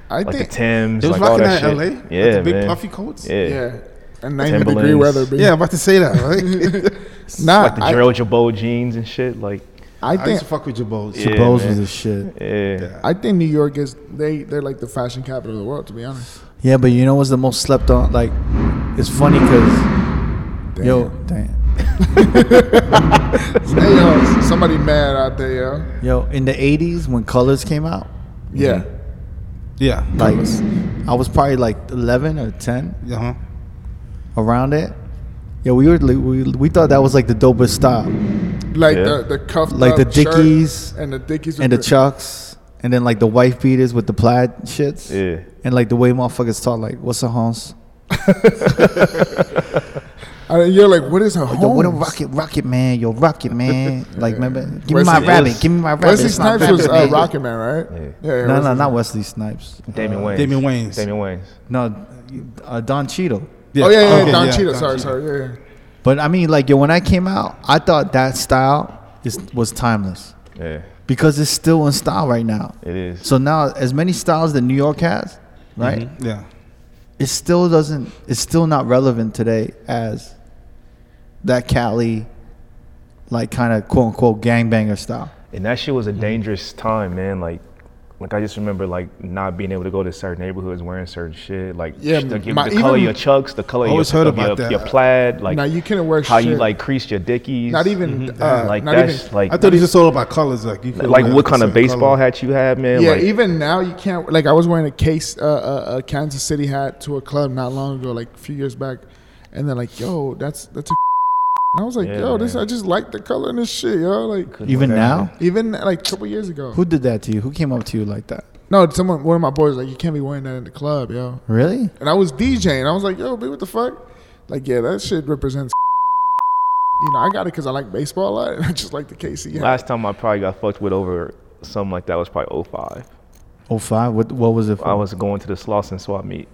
I
like
think,
the Tims,
They was
like all
rocking
that
that
shit.
in LA? With
Yeah,
the big
man.
puffy coats?
Yeah.
yeah, and ninety degree
Timberlands.
weather. Be,
Yeah, I'm about to *laughs* say that.
*laughs*
Right?
nah,
Like the
I-
Gerald Jabot jeans and shit, like
I
I used
think
to fuck with your balls.
Yeah,
Bros
man.
was the shit.
yeah.
I think New York is they they're like the fashion capital of the world. To be honest,
Yeah, but you know what's the most slept on? Like, it's funny because, yo, damn.
hey yo, uh, somebody mad out there, yo.
Yo, in the 80s when Colors came out,
Yeah,
Yeah.
like,
uh-huh.
I was probably like 11 or 10
Uh huh.
around it. Yo, we were li- we, we thought that was like the dopest style.
like
Yeah.
the the cuffed
Like
up
the
shirt
Dickies
and the dickies
And the
with
Chucks, and then like the wife beaters with the plaid shits.
Yeah.
And like the way motherfuckers talk, like, what's a Hans?
*laughs*
And you're like, what is her
Yo, what a
home?
rocket, rocket man, yo, rocket man. Like, remember, give me
Wesley-
my rabbit, give me my rabbit.
Wesley
it's not
Snipes was uh,
rabbit, man.
Rocket Man, right?
Yeah.
yeah
No,
Wesley-
no, not Wesley Snipes.
Damian Wayne.
Damien Wayans.
Damian Wayans.
No, uh, Don Cheadle.
Oh yeah, yeah,
Okay,
yeah Don
yeah,
Cheadle.
Don
Sorry,
Cheadle.
sorry. Yeah, yeah.
But I mean, like, yo, when I came out, I thought that style is, was timeless
Yeah,
because it's still in style right now.
it is.
So now, as many styles that New York has, right,
Mm-hmm.
Yeah.
it still doesn't, it's still not relevant today as that Cali, like, kind of quote unquote gangbanger style.
And that shit was a
Mm-hmm.
dangerous time, man. Like, like I just remember like not being able to go to certain neighborhoods wearing certain shit. Like,
Yeah,
the, the
my-
color of
even-
your chucks, the color of your,
Always heard
of your-
about that.
your plaid, like
Now you couldn't wear
how you
shit.
like creased your dickies. Mm-hmm.
Not even uh,
like
not
that's
even,
like
I thought it was just all about colors. Like, you could
like
wear
what
a
kind of
certain
baseball
color.
hat you had, man.
yeah,
like,
even now you can't. Like I was wearing a case, uh, uh, a Kansas City hat to a club not long ago, like a few years back, and they're like, "Yo, that's that's a." *laughs* And I was like,
Yeah,
"Yo, this
man.
I just like the color in this shit, yo." Like
Even
Yeah.
now,
even like a couple years ago,
who did that to you? Who came up to you like that?
no, someone one of my boys was like, "You can't be wearing that in the club, yo."
Really?
And I was DJing, I was like, "Yo, babe, what the fuck?" Like, yeah, that shit represents. *laughs* You know, I got it because I like baseball a lot, and I just like the KC. hat.
last time I probably got fucked with over something like that was probably 05.
Oh five. What what was it? For?
I was going to the Slauson swap meet,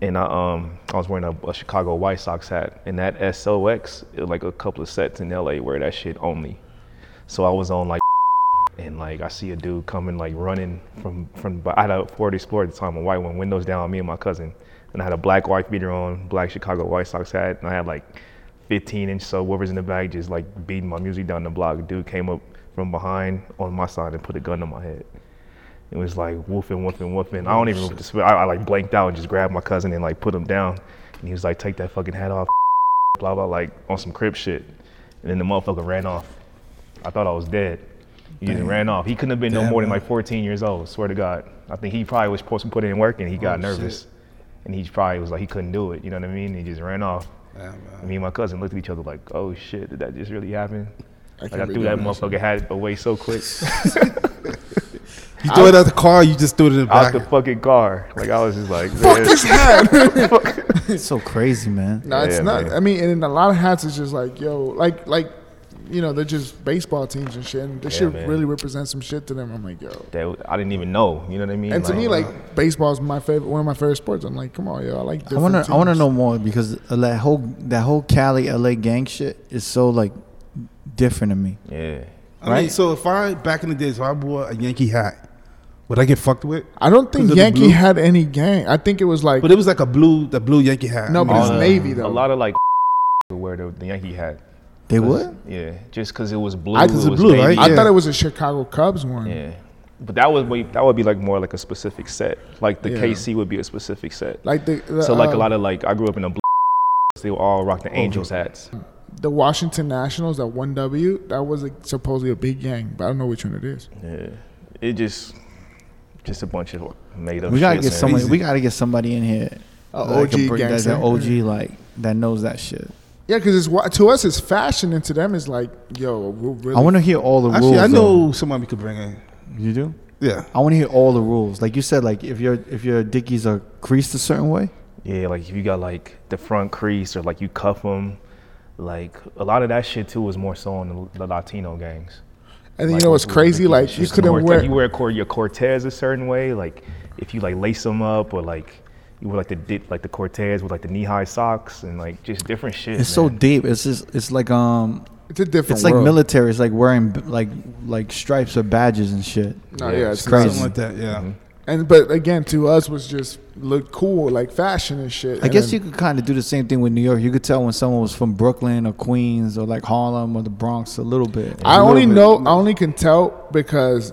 and I um I was wearing a, a Chicago White Sox hat, and that SOX it was like a couple of sets in LA where that shit only. So I was on like, *laughs* and like I see a dude coming like running from from. But I had a Ford Explorer at the time, a white one, windows down. Me and my cousin, and I had a black wife beater on, black Chicago White Sox hat, and I had like 15 inch subwoofers in the bag, just like beating my music down the block. Dude came up from behind on my side and put a gun to my head. It was like whooping, whooping, whooping. I don't even. I, I like blanked out and just grabbed my cousin and like put him down. And he was like, "Take that fucking hat off." *laughs* Blah blah, like on some crip shit. And then the motherfucker ran off. I thought I was dead. He just ran off. He couldn't have been no
Damn,
more than
man.
like 14 years old. Swear to God. I think he probably was supposed to put in work and he got
Oh,
nervous.
shit.
And he probably was like he couldn't do it. You know what I mean? He just ran off.
Yeah, man.
And me and my cousin looked at each other like, "Oh shit, did that just really happen?" Like, I
can't
threw
believe
that
that was-
motherfucker hat away so
*laughs*
quick.
You threw it out the car, you just threw it in the
out
back.
the fucking car. Like I was just like,
Fuck
man.
this hat.
It's so crazy, man.
No, it's
Yeah,
not.
man.
I mean, and in a lot of hats, it's just like, yo, like, like, you know, they're just baseball teams and shit. And this
Yeah,
shit
man.
really represents some shit to them. I'm like, yo.
that I didn't even know. You know what I mean?
And to me, like, baseball's my favorite, one of my favorite sports. I'm like, come on, yo, I like.
I wanna
different
I wanna
teams.
know more because of that whole that whole Cali LA gang shit is so like different to me.
yeah,
I I mean,
Right.
so if I back in the days, if I wore a Yankee hat, would I get fucked with?
I don't
Was it
think
the
Yankee
blue?
had any gang. I think it was like
But it was like a blue, the blue Yankee hat.
no, but
I
it's
mean,
navy though.
Uh, A lot of like *laughs* would wear the, the Yankee hat.
They
'Cause-
would?
Yeah, just because it was blue.
I-
it
'cause it's
was
blue, right?
navy.
I
Yeah.
thought it was a Chicago Cubs one.
Yeah, but that would be that would be like more like a specific set. Like the
Yeah.
KC would be a specific set.
Like the, the
so like a
uh, Oh,
lot of like I grew up in a. Blue *laughs* they would all rock the Angels hats.
the Washington Nationals that one W that was a, supposedly a big gang, but I don't know which one it is.
Yeah, it just just a bunch of made up.
We gotta
shit,
get
man.
somebody. We gotta get somebody in here.
A
that can
OG
bring- that's an
gangster.
OG like that knows that shit.
Yeah, because it's wa- to us it's fashion, and to them it's like, yo, we're really.
I want to hear all the
Actually,
rules.
I
though.
know somebody we could bring in.
you do.
Yeah.
I want to hear all the rules. Like you said, like if your if your dickies are creased a certain way,
Yeah, like if you got like the front crease or like you cuff them, like a lot of that shit too was more so on the, the Latino gangs.
and then you know what's crazy? Like you couldn't
If
wear.
you wear a cor- your Cortez a certain way, like if you like lace them up or like you wear like the dip, like the Cortez with like the knee high socks and like just different shit.
it's so
man.
deep. It's just it's like um,
It's a different.
it's like
world.
military. It's like wearing b- like like stripes or badges and shit.
No,
Yeah,
yeah,
it's
it's
crazy.
Something like that, yeah.
Mm-hmm.
And but again, to us was just look cool, like fashion and shit.
I guess you could kind of do the same thing with New York. You could tell when someone was from Brooklyn or Queens or like Harlem or the Bronx a little bit.
I
A little
only
bit.
know. I only can tell because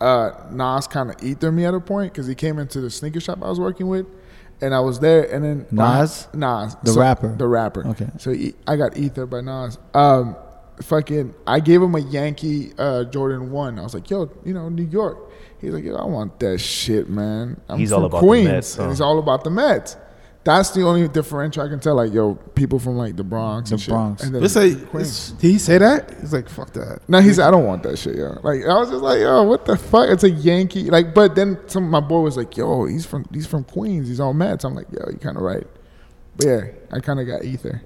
uh, Nas kind of ethered me at a point because he came into the sneaker shop I was working with, and I was there, and then
Nas?
Nas,
The rapper?
the rapper.
Okay.
So he, I got ethered by Nas. Um, fucking, I gave him a Yankee uh, Jordan one. I was like, yo, you know, New York. He's like, yo, I want that shit, man. I'm
He's all about the Mets, huh?
and he's all about the Mets. That's the only differential I can tell. Like, yo, people from like the Bronx,
The
and shit.
Bronx.
and then
Let's say,
Queens.
it's- did he say that? He's like, fuck that.
No, he said, I don't want that shit, yo. Like I was just like, yo, what the fuck? It's a Yankee. Like, but then some of my boy was like, yo, he's from he's from Queens. He's all Mets. I'm like, yo, you kind of right. But yeah, I kind of got ether,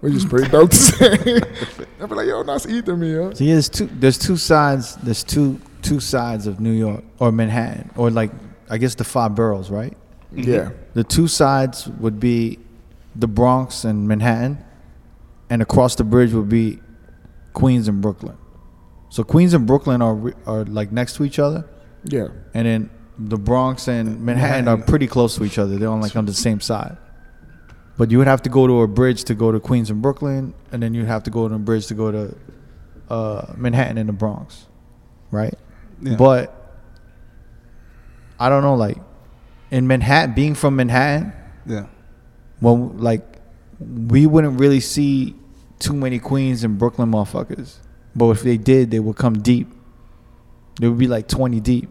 which is pretty
*laughs*
dope to say. *laughs* I'm like, yo, that's ether me, yo.
So yeah, there's two. There's two sides. There's two two sides of New York or Manhattan or like I guess the five boroughs, right?
Yeah,
The two sides would be the Bronx and Manhattan, and across the bridge would be Queens and Brooklyn. So Queens and Brooklyn are re- are like next to each other,
yeah.
and then the Bronx and Manhattan are pretty close to each other. They're on like on the same side. But you would have to go to a bridge to go to Queens and Brooklyn, and then you'd have to go to a bridge to go to uh, Manhattan and the Bronx, right?
Yeah.
But I don't know, like in Manhattan, being from Manhattan,
Yeah.
well, like we wouldn't really see too many Queens and Brooklyn motherfuckers. But if they did, they would come deep. They would be like twenty deep.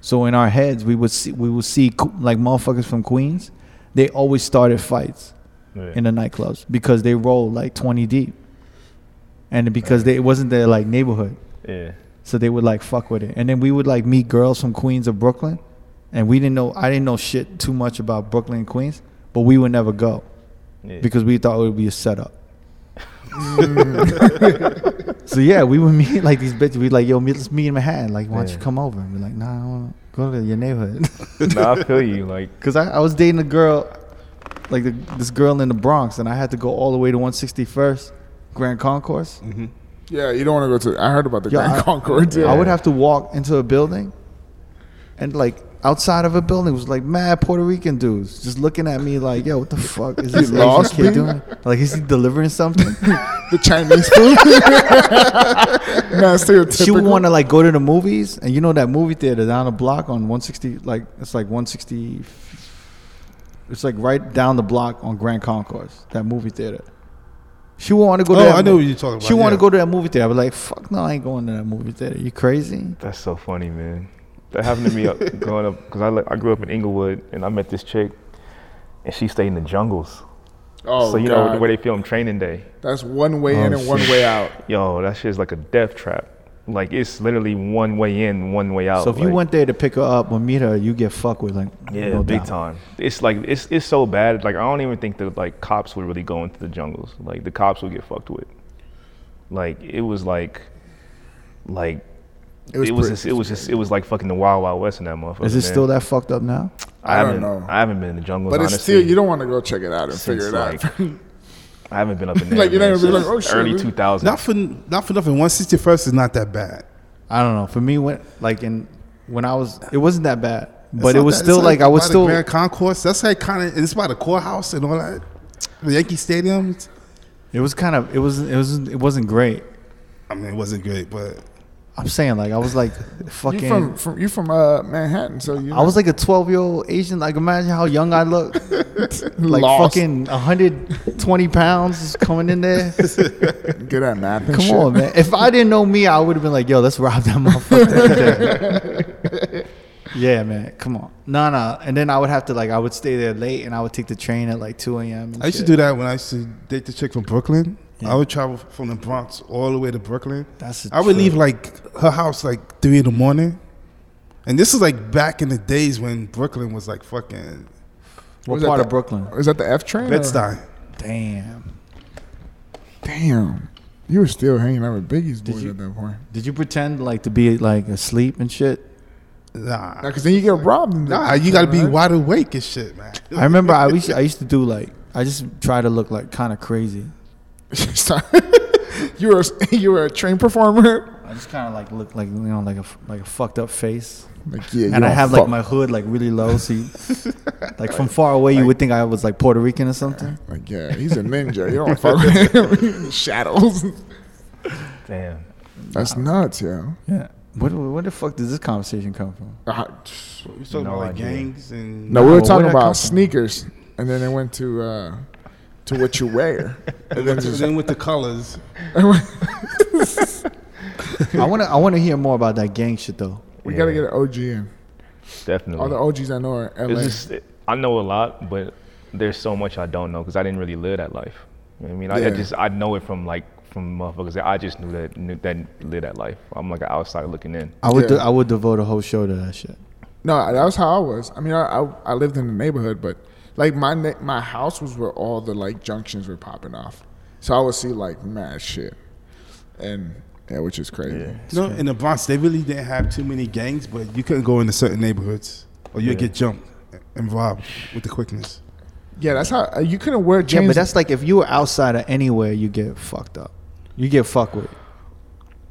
So in our heads, we would see we would see co- like motherfuckers from Queens. They always started fights
Yeah.
in the nightclubs because they rolled like twenty deep, and because they, it wasn't their like neighborhood.
yeah.
So they would like fuck with it. And then we would like meet girls from Queens or Brooklyn. And we didn't know, I didn't know shit too much about Brooklyn and Queens, but we would never go
Yeah.
because we thought it would be a setup.
Mm.
*laughs* so yeah, we would meet like these bitches. We'd like, yo, meet, let's meet in Manhattan. Like, why don't you
Yeah.
come over? And be like, nah, I want to go to your neighborhood. *laughs*
*laughs*
nah, I feel you. Like
Because I, I was dating a girl, like the, this girl in the Bronx, and I had to go all the way to 161st Grand Concourse.
Mm-hmm. Yeah, you don't want to go to. I heard about the
Yo,
Grand
I-
Concord. Yeah.
I would have to walk into a building, and like outside of a building was like mad Puerto Rican dudes just looking at me like, "Yo, what the
*laughs*
fuck is this Asian
lost
kid
me?
doing? Like, is he
*laughs*
delivering something?"
the Chinese food. *laughs* Man, stereotypical.
she would want to like go to the movies, and you know that movie theater down the block on 160, like it's like 160. It's like right down the block on Grand Concourse, that movie theater. She would want to go. to
Oh,
that
I know
mo-
what you're talking about,
She want to
yeah.
go to that movie theater. I was like, "Fuck no, I ain't going to that movie theater. You crazy?"
That's so funny, man. That happened to
*laughs*
me uh, growing up because I, li- I grew up in Inglewood and I met this chick, and she stayed in the jungles.
Oh,
so you know
God.
where they film Training Day.
that's one way in
Oh,
and one way out.
Yo, that shit's like a death trap. Like it's literally one way in, one way out.
So if you
Oh, like-
went there to pick her up or meet her, you get fucked with like
yeah,
no
big
doubt.
time. It's like it's it's so bad. Like I don't even think that like cops would really go into the jungles. Like the cops would get fucked with. Like it was like, like it
was
was it was,
pretty-
just, it was just it was like fucking the Wild Wild West in that motherfucker.
Is it
man.
still that fucked up now?
I,
I don't
haven't
know.
I haven't been in the jungles.
But it's
honestly,
still you don't want to go check it out and
since
figure it
like
out.
I haven't
*laughs*
been up in there.
Like, you're not
man,
gonna be
since
like, oh, shit,
early
dude.
two thousand.
Not for not for nothing. One sixty first is not that bad.
I don't know. For me, when like in when I was, it wasn't that bad, but
It's
it
not
was
that-
still
it's
like
by
I was
the
still.
Grand Concourse. That's like kind of it's by the courthouse and all that. The Yankee Stadium.
It was kind of. It was. It was. It wasn't great.
I mean, it wasn't great, but
I'm saying like I was like
*laughs* You
fucking.
from, from you from uh, Manhattan, so you. *laughs*
I was like a 12 year old Asian. Like imagine how young I look. like
Lost. *laughs*
fucking 120 pounds is coming in there.
good at math. And
Come
shit.
on, man. If I didn't know me, I would have been like, yo, let's rob that motherfucker.
*laughs*
today. yeah, man. Come on. No, no. And then I would have to like I would stay there late and I would take the train at like 2 a.m. and
I used
shit.
to do that when I used to date the chick from Brooklyn. I would travel from the Bronx all the way to Brooklyn.
That's a
I would
trip.
leave like her house like three in the morning, and this is like back in the days when Brooklyn was like fucking
What
Was that
part of
the-
Brooklyn?
Is that the F train? or-
Bed Stuy.
Damn.
Damn, you were still hanging out with Biggie's boys
you-
at that point.
Did you pretend like to be like asleep and shit?
Nah,
Because then you get robbed. in the-
nah, you gotta be
Right?
wide awake and shit, man.
I remember
*laughs*
I used I used to do like I just try to look like kind of crazy.
*laughs* Sorry. *laughs* you were a, you were a train performer.
I just kind of like look like you know like a f- like a fucked up face,
Like yeah, you
and I
all
have like
fuck-
my hood like really low, so you, like from far away you would think I was like Puerto Rican or something.
*laughs* like yeah, he's a ninja. You don't fuck with him. *laughs* Shadows.
Damn.
That's nuts, yo.
Yeah. What where the fuck does this conversation come from?
*sighs* Uh,
*laughs* You talking
No
about like
idea.
gangs and *laughs*
No, we were
where'd
talking
that come from?
about sneakers, and then it went to uh, to what you wear, and then just
then with the colors.
I wanna I wanna hear more about that gang shit though.
*laughs* we gotta
Yeah.
get an OG in.
Definitely.
All the OGs I know are LA.
It's just I know a lot, but there's so much I don't know because I didn't really live that life. You know what I mean, I, I
Yeah.
just I know it from like from motherfuckers that I just knew that knew, that lived that life. I'm like an outsider looking in.
I would
Yeah.
de- I would devote a whole show to that shit.
No, that was how I was. I mean, I, I, I lived in the neighborhood, but like my ne- my house was where all the like junctions were popping off, so I would see like mad shit, and yeah, which is crazy.
No, in the Bronx, they really didn't have too many gangs, but you couldn't go into certain neighborhoods or you'd get jumped and robbed with the quickness.
Yeah, that's how uh, you couldn't wear
Yeah,
jeans.
but that's like if you were outside of anywhere, you get fucked up. You get fucked with.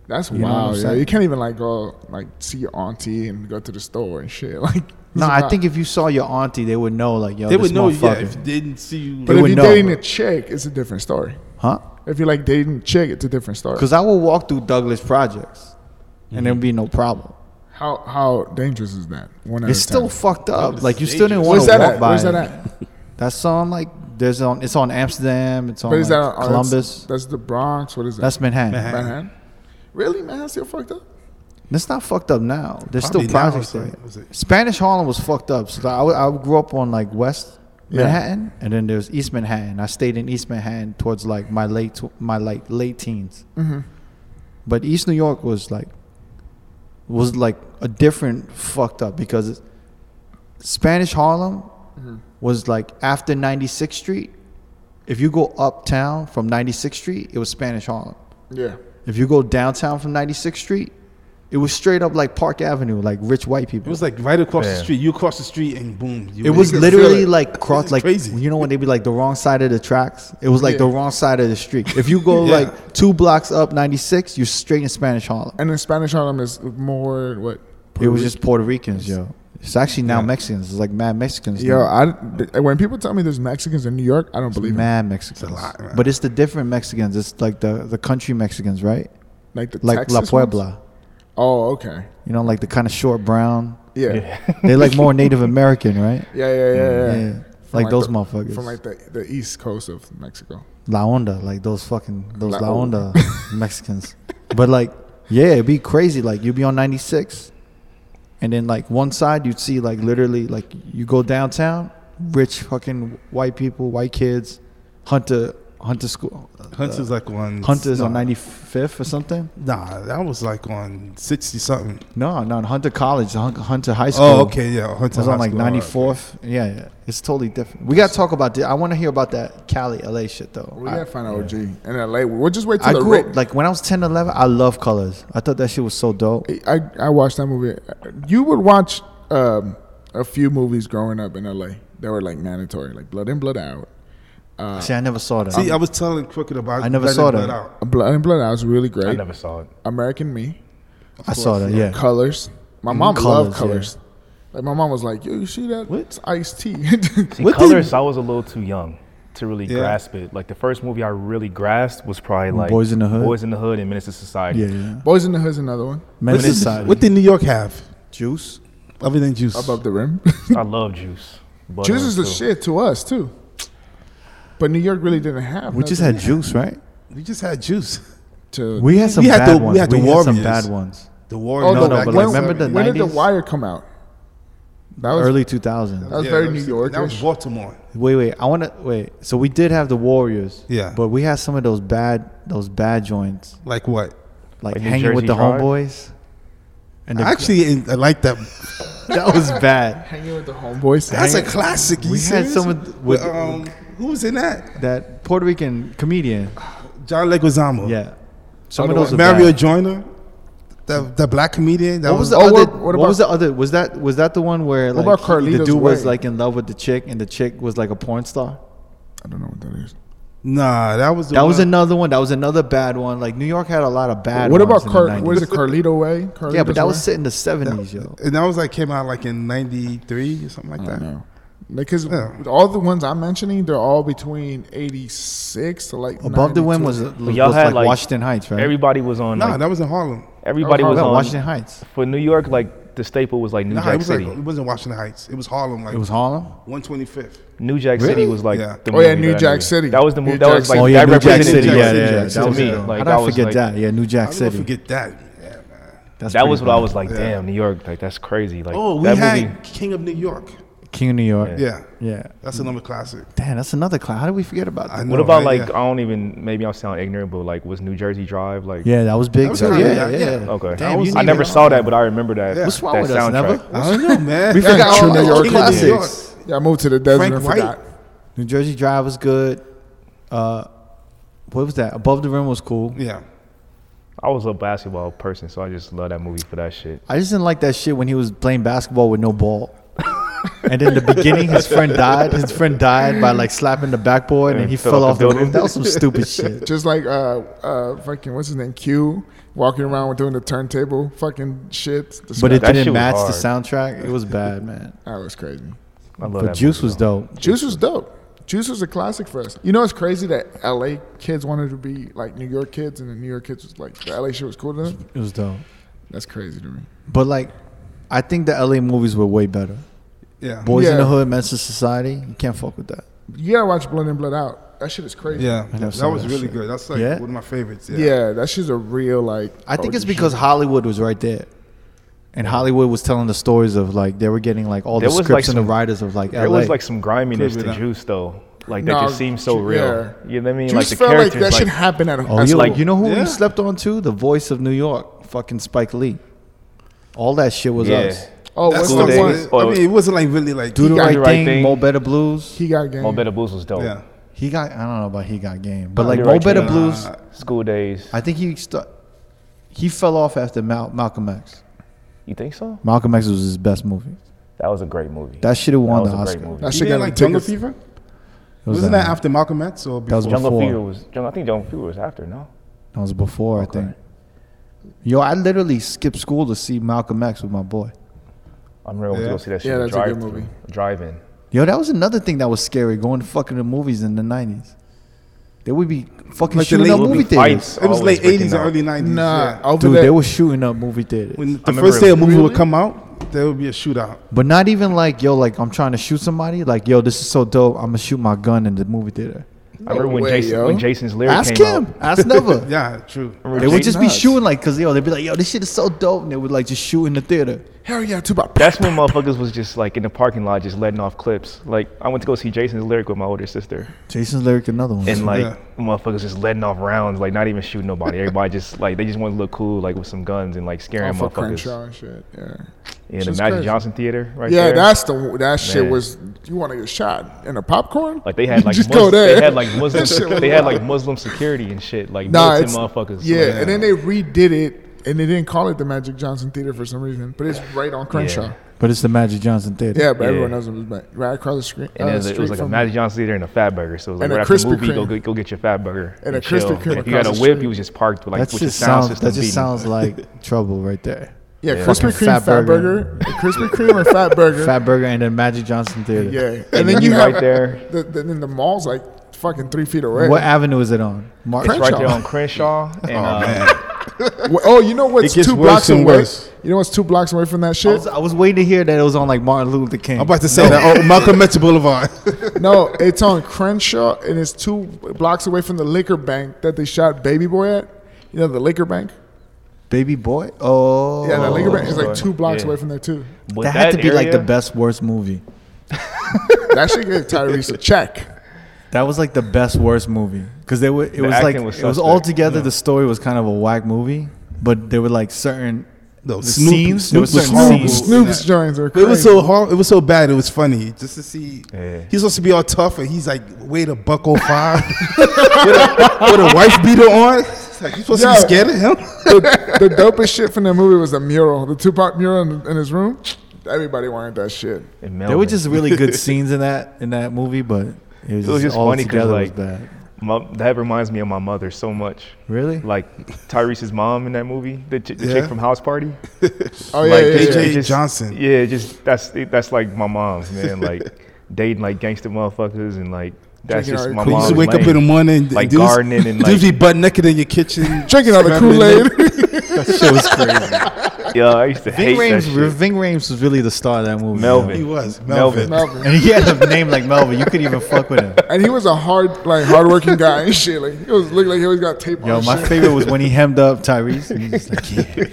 that's
know what I'm
wild. Yeah,
saying?
you can't even like go like see your auntie and go to the store and shit. *laughs* Like it's
No, I
wild.
think if you saw your auntie, they would know like yo.
they
Oh, this
would know, yeah,
motherfucker.
if they didn't see you.
but
they
if
would
you're
know.
dating a chick, it's a different story.
huh?
If you're like dating a chick, it's a different story.
Because I would walk through Douglas projects, and there'd be no problem.
How how dangerous is that? One out
It's
of 10.
still fucked up. Like you still didn't want
Where's
to
that
walk
at?
by.
Where's that
it.
at?
That's on like there's on. It's on Amsterdam. It's on
But is
like,
that oh, that's-
Columbus.
That's, the Bronx. What is that?
That's Manhattan.
Manhattan.
Manhattan. Really, Manhattan's still fucked up.
That's not fucked up now. There's still
Probably now,
projects
it's
there.
like- was it-
Spanish Harlem was fucked up. So I, I grew up on like West
Yeah.
Manhattan, and then there's East Manhattan. I stayed in East Manhattan towards like my late tw- my like late teens.
Mm-hmm.
But East New York was like was like a different fucked up because it's- Spanish Harlem
Mm-hmm.
was like after 96th Street. If you go uptown from 96th Street, it was Spanish Harlem.
Yeah.
If you go downtown from 96th Street, it was straight up like Park Avenue, like rich white people.
It was like right across the
Yeah.
street. You cross the street and boom. You
It was
you could
literally
feel it.
like cross,
It's
like
crazy.
you know when they be like the wrong side of the tracks. It was like the
Yeah.
wrong side of the street. If you go
*laughs* Yeah.
like two blocks up 96, you're straight in Spanish Harlem.
And then Spanish Harlem is more what?
It was just Puerto Ricans, yo. It's actually now Mexicans. It's like mad Mexicans.
Yo,
now.
I th- when people tell me there's Mexicans in New York, I don't believe it.
mad Mexicans.
lot, man.
but it's the different Mexicans. It's like the the country Mexicans, right?
Like the
Like
Texas
La
ones?
Puebla.
Oh, okay.
You know, like the kind of short brown.
Yeah. *laughs* Yeah,
Yeah.
They like more Native American, right?
yeah, yeah, yeah.
Yeah.
From
Like, those
the-
motherfuckers.
From like the, the east coast of Mexico.
La Onda, like those fucking those
La
La, Onda *laughs* Mexicans. But like, yeah, it'd be crazy. Like you'd be on ninety six and then like one side you'd see like literally like you go downtown, rich fucking white people, white kids, Hunter Hunter school
Hunter's like on
Hunter's on
nah,
ninety fifth or something.
Nah, that was like on sixty something.
No, no, Hunter College, Hun- Hunter High School.
Oh, okay, yeah.
It
Hunter
was
High
on like
School, all right.
94th. Yeah, yeah. It's totally different. We got to talk about this. I want to hear about that Cali, LA shit, though.
We
I-
gotta find an OG in LA. We'll just wait till
I
the
grew
Rick.
up like when I was 10, 11, I love colors. I thought that shit was so dope.
I I watched that movie. You would watch um, a few movies growing up in LA that were like mandatory, like Blood In, Blood Out, Uh,
See, I never saw that.
See, I was telling Crooked about.
I never
Blood
saw
In,
that.
Blood Out.
Blood and Blood Out is really
I
great.
never saw it.
American Me,
I saw that. Yeah.
Colors.
Mm,
My mom loved
Colours,
Colors. Like my mom was like, "Yo, you see that?
What?
It's iced tea."
See,
What
colors, I was a little too young to really
Yeah.
grasp it. Like the first movie I really grasped was probably like
Boys in the Hood?
Boys in the Hood and Menace to Society.
Yeah. yeah.
*laughs* Boys in the Hood's another one.
Men's
What's-
Society.
What did New York have?
juice?
Other than juice.
Above the
*laughs*
Rim.
I love Juice. uh, Butter
Juice is the
too.
shit to us too. But New York really didn't have.
We just
nothing
had juice, right?
we just had juice.
to.
We had some
had
bad
the- we
ones. We
had
had, some
the Warriors.
bad ones.
The war.
oh, the,
no, no, but
when,
like, remember the
when did the
90s?
Wire come out? That was
Early 2000s.
That was very New York.
That was Baltimore.
Wait, wait. I want to wait. So we did have the Warriors.
Yeah.
But we had some of those bad, those bad joints,
Like what?
like,
Like New
hanging with
Jersey
the
Drive?
homeboys. And the,
Actually, I like that.
*laughs* that was bad.
hanging with the homeboys.
That's a classic. You
We had
serious?
someone th- with-
um, who was in that?
That Puerto Rican comedian.
Oh. John Leguizamo.
Yeah.
Oh,
Some of
the one-
those. were
Mario
bad.
Joyner, the the black comedian. That
What was the
Oh,
other?
what-
What,
what about-
was the other? Was that was that the one where like
about
he- the
Carlito's
dude was
Way?
like in love with the chick and the chick was like a porn star?
I don't know what that is.
Nah, that was the
That was
one-
another one. That was another bad one. Like New York had a lot of bad.
what
ones
about
in
Car-
the 90s.
what is it, Carlito Way? Carlito's
Yeah, but that was
Way?
set in the seventies, yo.
and that was like came out like in '93 or something like
I
that.
don't know. Because
Yeah.
all the ones I'm mentioning, they're all between 86 to like
Above the Wind
92.
was, uh,
But
was
y'all had
like,
like
Washington Heights, right?
Everybody was on.
Nah,
like,
that was in Harlem.
everybody
that
was
was
no,
on
Washington Heights.
For New York, like the staple was like New
Nah, it
Jack
was like,
City.
it wasn't Washington Heights. It was Harlem. Like
It was Harlem.
125th.
New Jack City was like
Yeah.
the
Oh, yeah,
movie
New
that I
Jack
knew.
City.
That was the
New
movie that
Jack
was like
City.
oh yeah,
that
New Jack
represented
City.
New
Yeah,
Jack
yeah,
City,
yeah.
Jack
That
City.
was
To
me,
me.
like,
How did
that
I
was,
forget
like-
that? Yeah, New Jack
I don't
City.
forget that. Yeah, man.
That's
That
pretty
was what I
bad.
was like, damn, New York, like that's crazy. Like
Oh, we
that
had
movie.
King of New York.
King of New York. Yeah.
Yeah, that's another classic.
Damn, that's another class. How did we forget about
I
that?
know.
What about
right?
like
Yeah.
I don't even maybe I sound ignorant, but like was New Jersey Drive like
Yeah, that was big.
was
too.
kinda
yeah,
bad,
yeah,
yeah.
Okay.
Damn, you
I
didn't
never
even-
saw that, but I remember that.
What's wrong
that
with us?
soundtrack.
Never.
I don't know, man.
We forgot all
True New
our
York
King of New York.
classics.
Yeah, I moved to the desert
Frank
and
White.
forgot.
New Jersey Drive was good. Uh, what was that? Above the Rim was cool.
Yeah.
I was a basketball person, so I just love that movie for that shit.
I just didn't like that shit when he was playing basketball with no
*laughs*
ball. and in the beginning, his friend died. His friend died by like slapping the backboard, and,
And
he
fell
fell
off
off
the
the,
building.
roof. That was some stupid
*laughs*
shit.
Just like uh uh fucking what's his name Q walking around with doing the turntable fucking shit. The
But it
scratch-
That shit
didn't
was
match the
hard.
soundtrack. It was bad, man.
that was crazy.
I love
But
that.
Juice
movie,
was
though.
dope.
Juice was dope. Juice was a classic for us. You know, it's crazy that LA kids wanted to be like New York kids, and the New York kids was like the LA shit was cool to them.
It was dope.
That's crazy to me.
But like, I think the LA movies were way better.
Yeah.
Boys in the
Yeah.
Hood, Men's Society. You can't fuck with that.
You gotta watch Blood and Blood Out. That shit is crazy.
Yeah.
I never
That
saw
was
that
really
shit.
good. That's like
Yeah?
one of my favorites. Yeah.
yeah, that shit's a real like.
I think
OG
it's because
shit.
Hollywood was right there. And Hollywood was telling the stories of like they were getting like all
There
the
was,
scripts
like,
and the
some-
writers of like LA.
There was like some griminess
Prove it
to
out.
Juice though. Like that
Nah,
just seems so
Ju-
real.
yeah.
You know what I mean?
Juice
like the
felt like
characters.
that
like,
should happen at
Oh,
at
yo,
school.
like-
you know who
Yeah.
we slept on too? The voice of New York, fucking Spike Lee. All that shit was
yeah.
us.
oh, what's
That's the
School
the
days.
one?
one. I mean, it wasn't like really like.
Do the
got
right,
the right
thing,
thing.
Mo Better Blues.
He got game.
Mo Better Blues was dope.
Yeah.
He got I don't know about he got game, but like
You're
Mo
right,
Better
Jay.
Blues,
School days.
I think he stu- he fell off after Mal- Malcolm X.
You think so?
Malcolm X was his best movie.
That was a great movie.
That should have won
was
the
a
Oscar.
great movie.
That
You
shit
didn't
got
like
like
Jungle
tickets.
Fever?
It was
Wasn't
that,
that after Malcolm X or before?
was
Jungle
before.
Fever was. Jungle, I think Jungle Fever was after. No.
that was before I think. Yo, I literally skipped school to see Malcolm X with my boy.
I remember I went
Yeah.
to go see that shit.
Yeah,
at
that's a good
drive-thru-
movie.
Drive-in.
Yo, that was another thing that was scary going to fucking the movies in the nineties. They would be fucking
Like the
shooting
late
up
movie
movie theaters.
fights
It was
always
late
breaking
80s or
out.
early 90s.
Nah,
yeah.
over
Dude,
there.
they were shooting up movie theaters.
When the
remember
first
it
day a
was-
movie
Really?
would come out, there would be a shootout.
But not even like, yo, like I'm trying to shoot somebody. Like, yo, this is so dope. I'm gonna shoot my gun in the movie theater.
I remember when
way,
Jason
yo.
when Jason's lyric
Ask
came
him.
out.
Ask never.
*laughs* Yeah, true.
I remember
They would
Jason-
just be
nuts.
shooting like, cause yo, they'd be like, yo, this shit is so dope, and they would like just shoot in the theater.
Hell yeah, Tupac.
That's when motherfuckers was just like in the parking lot, just letting off clips. Like I went to go see Jason's lyric with my older sister,
Jason's lyric, another one.
and like
Yeah.
motherfuckers just letting off rounds, like not even shooting nobody. Everybody just like they just wanted to look cool, like with some guns and like
Oh,
scaring
for Crenshaw
motherfuckers.
and shit. Yeah.
Yeah, the
Shit's
Magic
crazy.
Johnson Theater, right
yeah,
there.
that's the that shit
Man.
was. You want to get shot in a popcorn?
like
*laughs*
they had like
just
Mus-
go there.
they had like
*laughs*
Muslim
That shit was
they had
wild.
like Muslim security and shit, like
nah,
militant
it's
motherfuckers.
Yeah,
like,
and then they redid it, and they didn't call it the Magic Johnson Theater for some reason, but it's right on Crenshaw.
But it's the Magic Johnson Theater.
Yeah, but
Yeah.
everyone knows it was back right across the screen.
And
uh,
it was, it
street
was like a
from-
Magic Johnson theater and a Fat Burger. So it was like
And a
right after the
Krispy
movie, go
Kreme.
get, go get your Fat Burger
And
and,
a
chill.
Krispy Kreme
And if you got a
across the
whip,
street.
you was just parked with like
That
with your
just
sound
sounds.
system
That
beating.
just sounds like trouble right there.
Yeah, Krispy
Yeah.
Fucking
Kreme Fat,
Fat
Burger.
Burger.
the Krispy Kreme or Fat Burger.
Fat Burger and then Magic Johnson Theater.
yeah, and,
And
then
then
you
you
have
right there.
The, the, then the mall's like fucking three feet away.
What avenue is it on? Mark.
It's right
Crenshaw. Oh,
there
*laughs*
on Crenshaw. And, uh,
Wh- Oh, you know what's
It gets
two
worse
blocks
and
away?
worse.
You know what's two blocks away from that
I
shit?
was, *laughs* I was waiting to hear that it was on like Martin Luther King.
I'm about to say that. Oh, Malcolm X Boulevard.
no, it's on Crenshaw, and it's two blocks away from the liquor bank that they shot Baby Boy at. You know the liquor bank?
Baby boy. Oh,
Yeah, the liquor bank is like
Lord.
two blocks
Yeah.
away from there too.
but
that had to be like the
area-
best worst movie.
That should give Tyrese a check.
That was like the best worst movie because they were. It was like
acting was
it was
suspect,
altogether the story was kind of a whack movie, but there were like certain
No,
the
Snoop-
scenes.
Snoop
there were
was
certain
horrible.
scenes.
Snoop's joints are
It
crazy.
was so hard. It was so bad. It was funny just to see.
Yeah.
He's supposed to be all tough, and he's like, "Wait a buck
*laughs*
oh five with, a, with a wife beater on." It's Like, you supposed
Yeah.
to be scared of him?
the, the dopest shit from that movie was the mural, the Tupac mural in, in his room. Everybody wanted that shit.
in
There were
Melbourne.
just really
*laughs*
good scenes in that in that movie, but it was, just,
just
all
funny 'cause,
together was
like-
bad.
My, that reminds me of my mother so much.
Really?
Like Tyrese's mom in that movie, the, ch- the
Yeah.
chick from House Party.
Oh yeah,
like,
yeah,
it-
yeah.
AJ
it
Johnson.
Yeah, just that's it, that's like my mom's man.
*laughs*
Like dating like gangster motherfuckers and like that's
Drinking
just
all
my
the
You
mom's.
used to wake up in the
lane.
morning, and
Like
dudes-
gardening and,
dudes
like-
be butt naked in
*laughs*
your kitchen,
Drinking all the Kool Aid.
Shit was crazy.
Yeah, I used to hate
Ving
that
Rhames,
shit.
Ving Rhames was really the star of that movie.
Melvin.
*laughs* He was Melvin.
Melvin.
*laughs*
you know? And he had a name like Melvin. You could even fuck with him.
*laughs* and he was a hard, like hardworking guy and shit. Like he was looked like he always got tape
Yo,
on.
my
Oh, shit.
favorite was when he hemmed up Tyrese. And he's just like, yeah,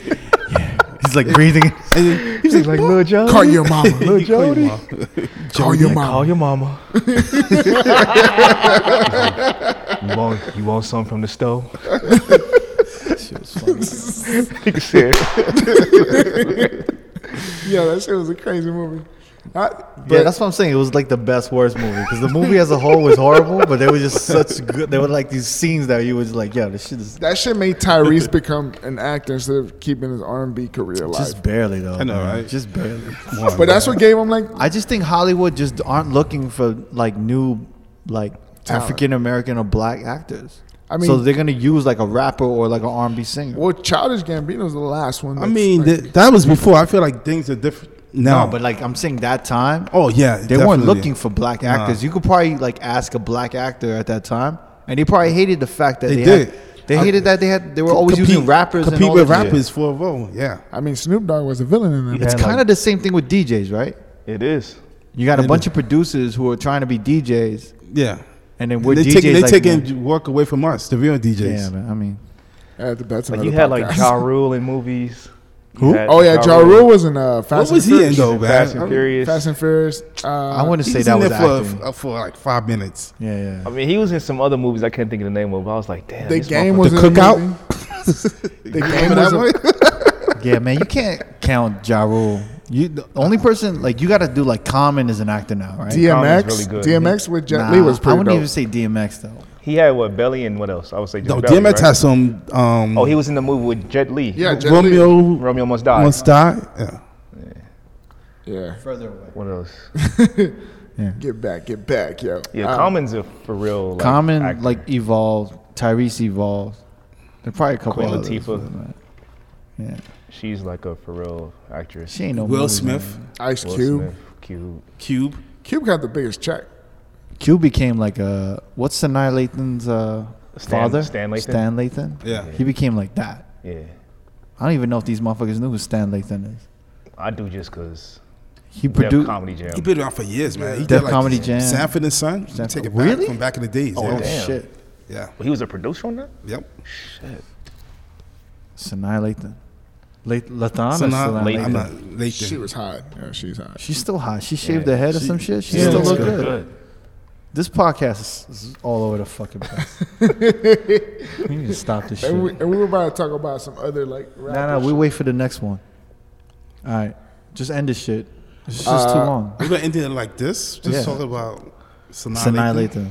yeah. He's like breathing.
And then
He was like,
*laughs*
Lil Jody.
Call your mama.
*laughs* Lil Jody.
Call your
Call
mama. *laughs*
your mama. you want you want some from the stove? *laughs*
Shit was funny.
Nigga said.
Yeah, that shit was a crazy movie. I, but
yeah, that's what I'm saying. It was like the best worst movie because the movie as a whole was horrible, but there was just such good. There were like these scenes that you was like, yo, this shit is
that shit made Tyrese become an actor instead of keeping his R and B career alive.
just barely though. I
know, right?
Just barely.
but that's what gave him like
I just think Hollywood just aren't looking for like new like African American or black actors.
I
I mean, so
mean-
they're gonna use like a rapper or like an R&B singer.
well, Childish Gambino's the last one.
I
that's,
mean,
like,
th- that was before. I feel like things are different now.
No, but like I'm saying that time
oh yeah,
they weren't looking for black actors. You could probably like ask a black actor at that time, and they probably hated the fact that
They
they,
did. Uh,
Had, they hated that they had they were always using rappers.
Compete
and all
with
that shit.
rappers for a role. Yeah,
I mean, Snoop Dogg was a villain in that.
Yeah.
It's
And, like-
kind of the same thing with DJs, right?
It is.
You got a
And-
bunch of producers who are trying to be DJs,
yeah.
and then we're
they
DJs.
taking they
like,
taking work away from us, the real DJs.
yeah, man, I mean,
Yeah, that's
Like
another
you had like
podcast.
Ja Rule in movies. You
Who?
had
Oh yeah, Ja Rule was in uh, Fast
What
and
was he in
Furious.
though, man?
Fast
I'm-
and Furious.
Fast and Furious. Uh,
I wouldn't
He
say
was
that
in
was
there for,
acting.
uh, for like five minutes.
yeah, yeah.
I mean, he was in some other movies I can't think of the name of. But I was like, damn.
the
this
game
motherfucker-
was
The
in the movie.
Cookout? *laughs*
The game
Remember
was
that
a-
one?
Yeah, man, you can't count Ja Rule. You the only person like you got to do like Common is an actor now, right?
DMX.
really good.
DMX with Jet
Nah,
Li was
I
pretty
wouldn't
dope.
even say DMX though.
He had what Belly and what else? I would say just
No,
Belly,
DMX
right?
has some. Um,
Oh, he was in the movie with Jet Li.
yeah, Jet Li.
Romeo
Romeo Must Die.
must die. Yeah.
Yeah,
Further away.
What else?
*laughs*
get back, get back, yo.
Yeah,
Uh,
Common's a for real. Like,
Common
actor.
like evolved. Tyrese evolved. There probably a couple.
Queen
others,
Latifah.
but, Yeah,
she's like a for real actress.
she ain't no
Will
movie,
Smith,
Ice
Will
Cube.
Smith, cute.
Cube.
Cube got the biggest check.
Man. Q became like a what's the Lathan's uh,
Stan-
father?
Stan Lathan?
Stan Lathan.
Yeah.
he became like that.
Yeah,
I don't even know if these motherfuckers knew who Stan Lathan is.
I do just cause.
He
We have
produced.
comedy jam.
He been around for years, man. He
Def Comedy Jam.
Sanford and Son. You
Sanford-
Take it
Really?
back from back in the days.
Oh
yeah.
damn.
shit,
yeah.
He was a producer on that.
Yep.
Sanaa Lathan. Lat- Lathan or
So now,
Sanaa
I'm
Lathan?
not late.
She was hot. Yeah, she's hot.
She's still hot. She shaved
Yeah.
her head or some shit. She
yeah,
still
looks
look
good.
good. This podcast is, is all over the fucking place. we need to stop this shit.
And we,
No,
and we were about to talk about some other like.
no,
rappers.
we wait for the next one. All right, just end this shit. It's just too
Uh,
*laughs*
long.
We're gonna end it like this. Just
Yeah.
talk about Sanaa
Sanaa
Lathan.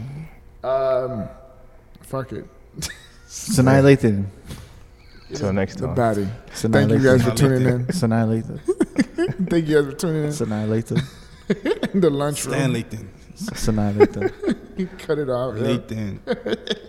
Lathan.
Um, fuck it.
Sanaa Lathan.
Till next
The
time.
baddie.
Sanaa
Thank you
Lathan.
guys for tuning in. *laughs*
Sanaa Lathan.
Thank you guys for tuning
It's annihilated.
*laughs* in the lunchroom.
Stan Lathan.
It's annihilated.
Cut it off. yeah.
Lathan.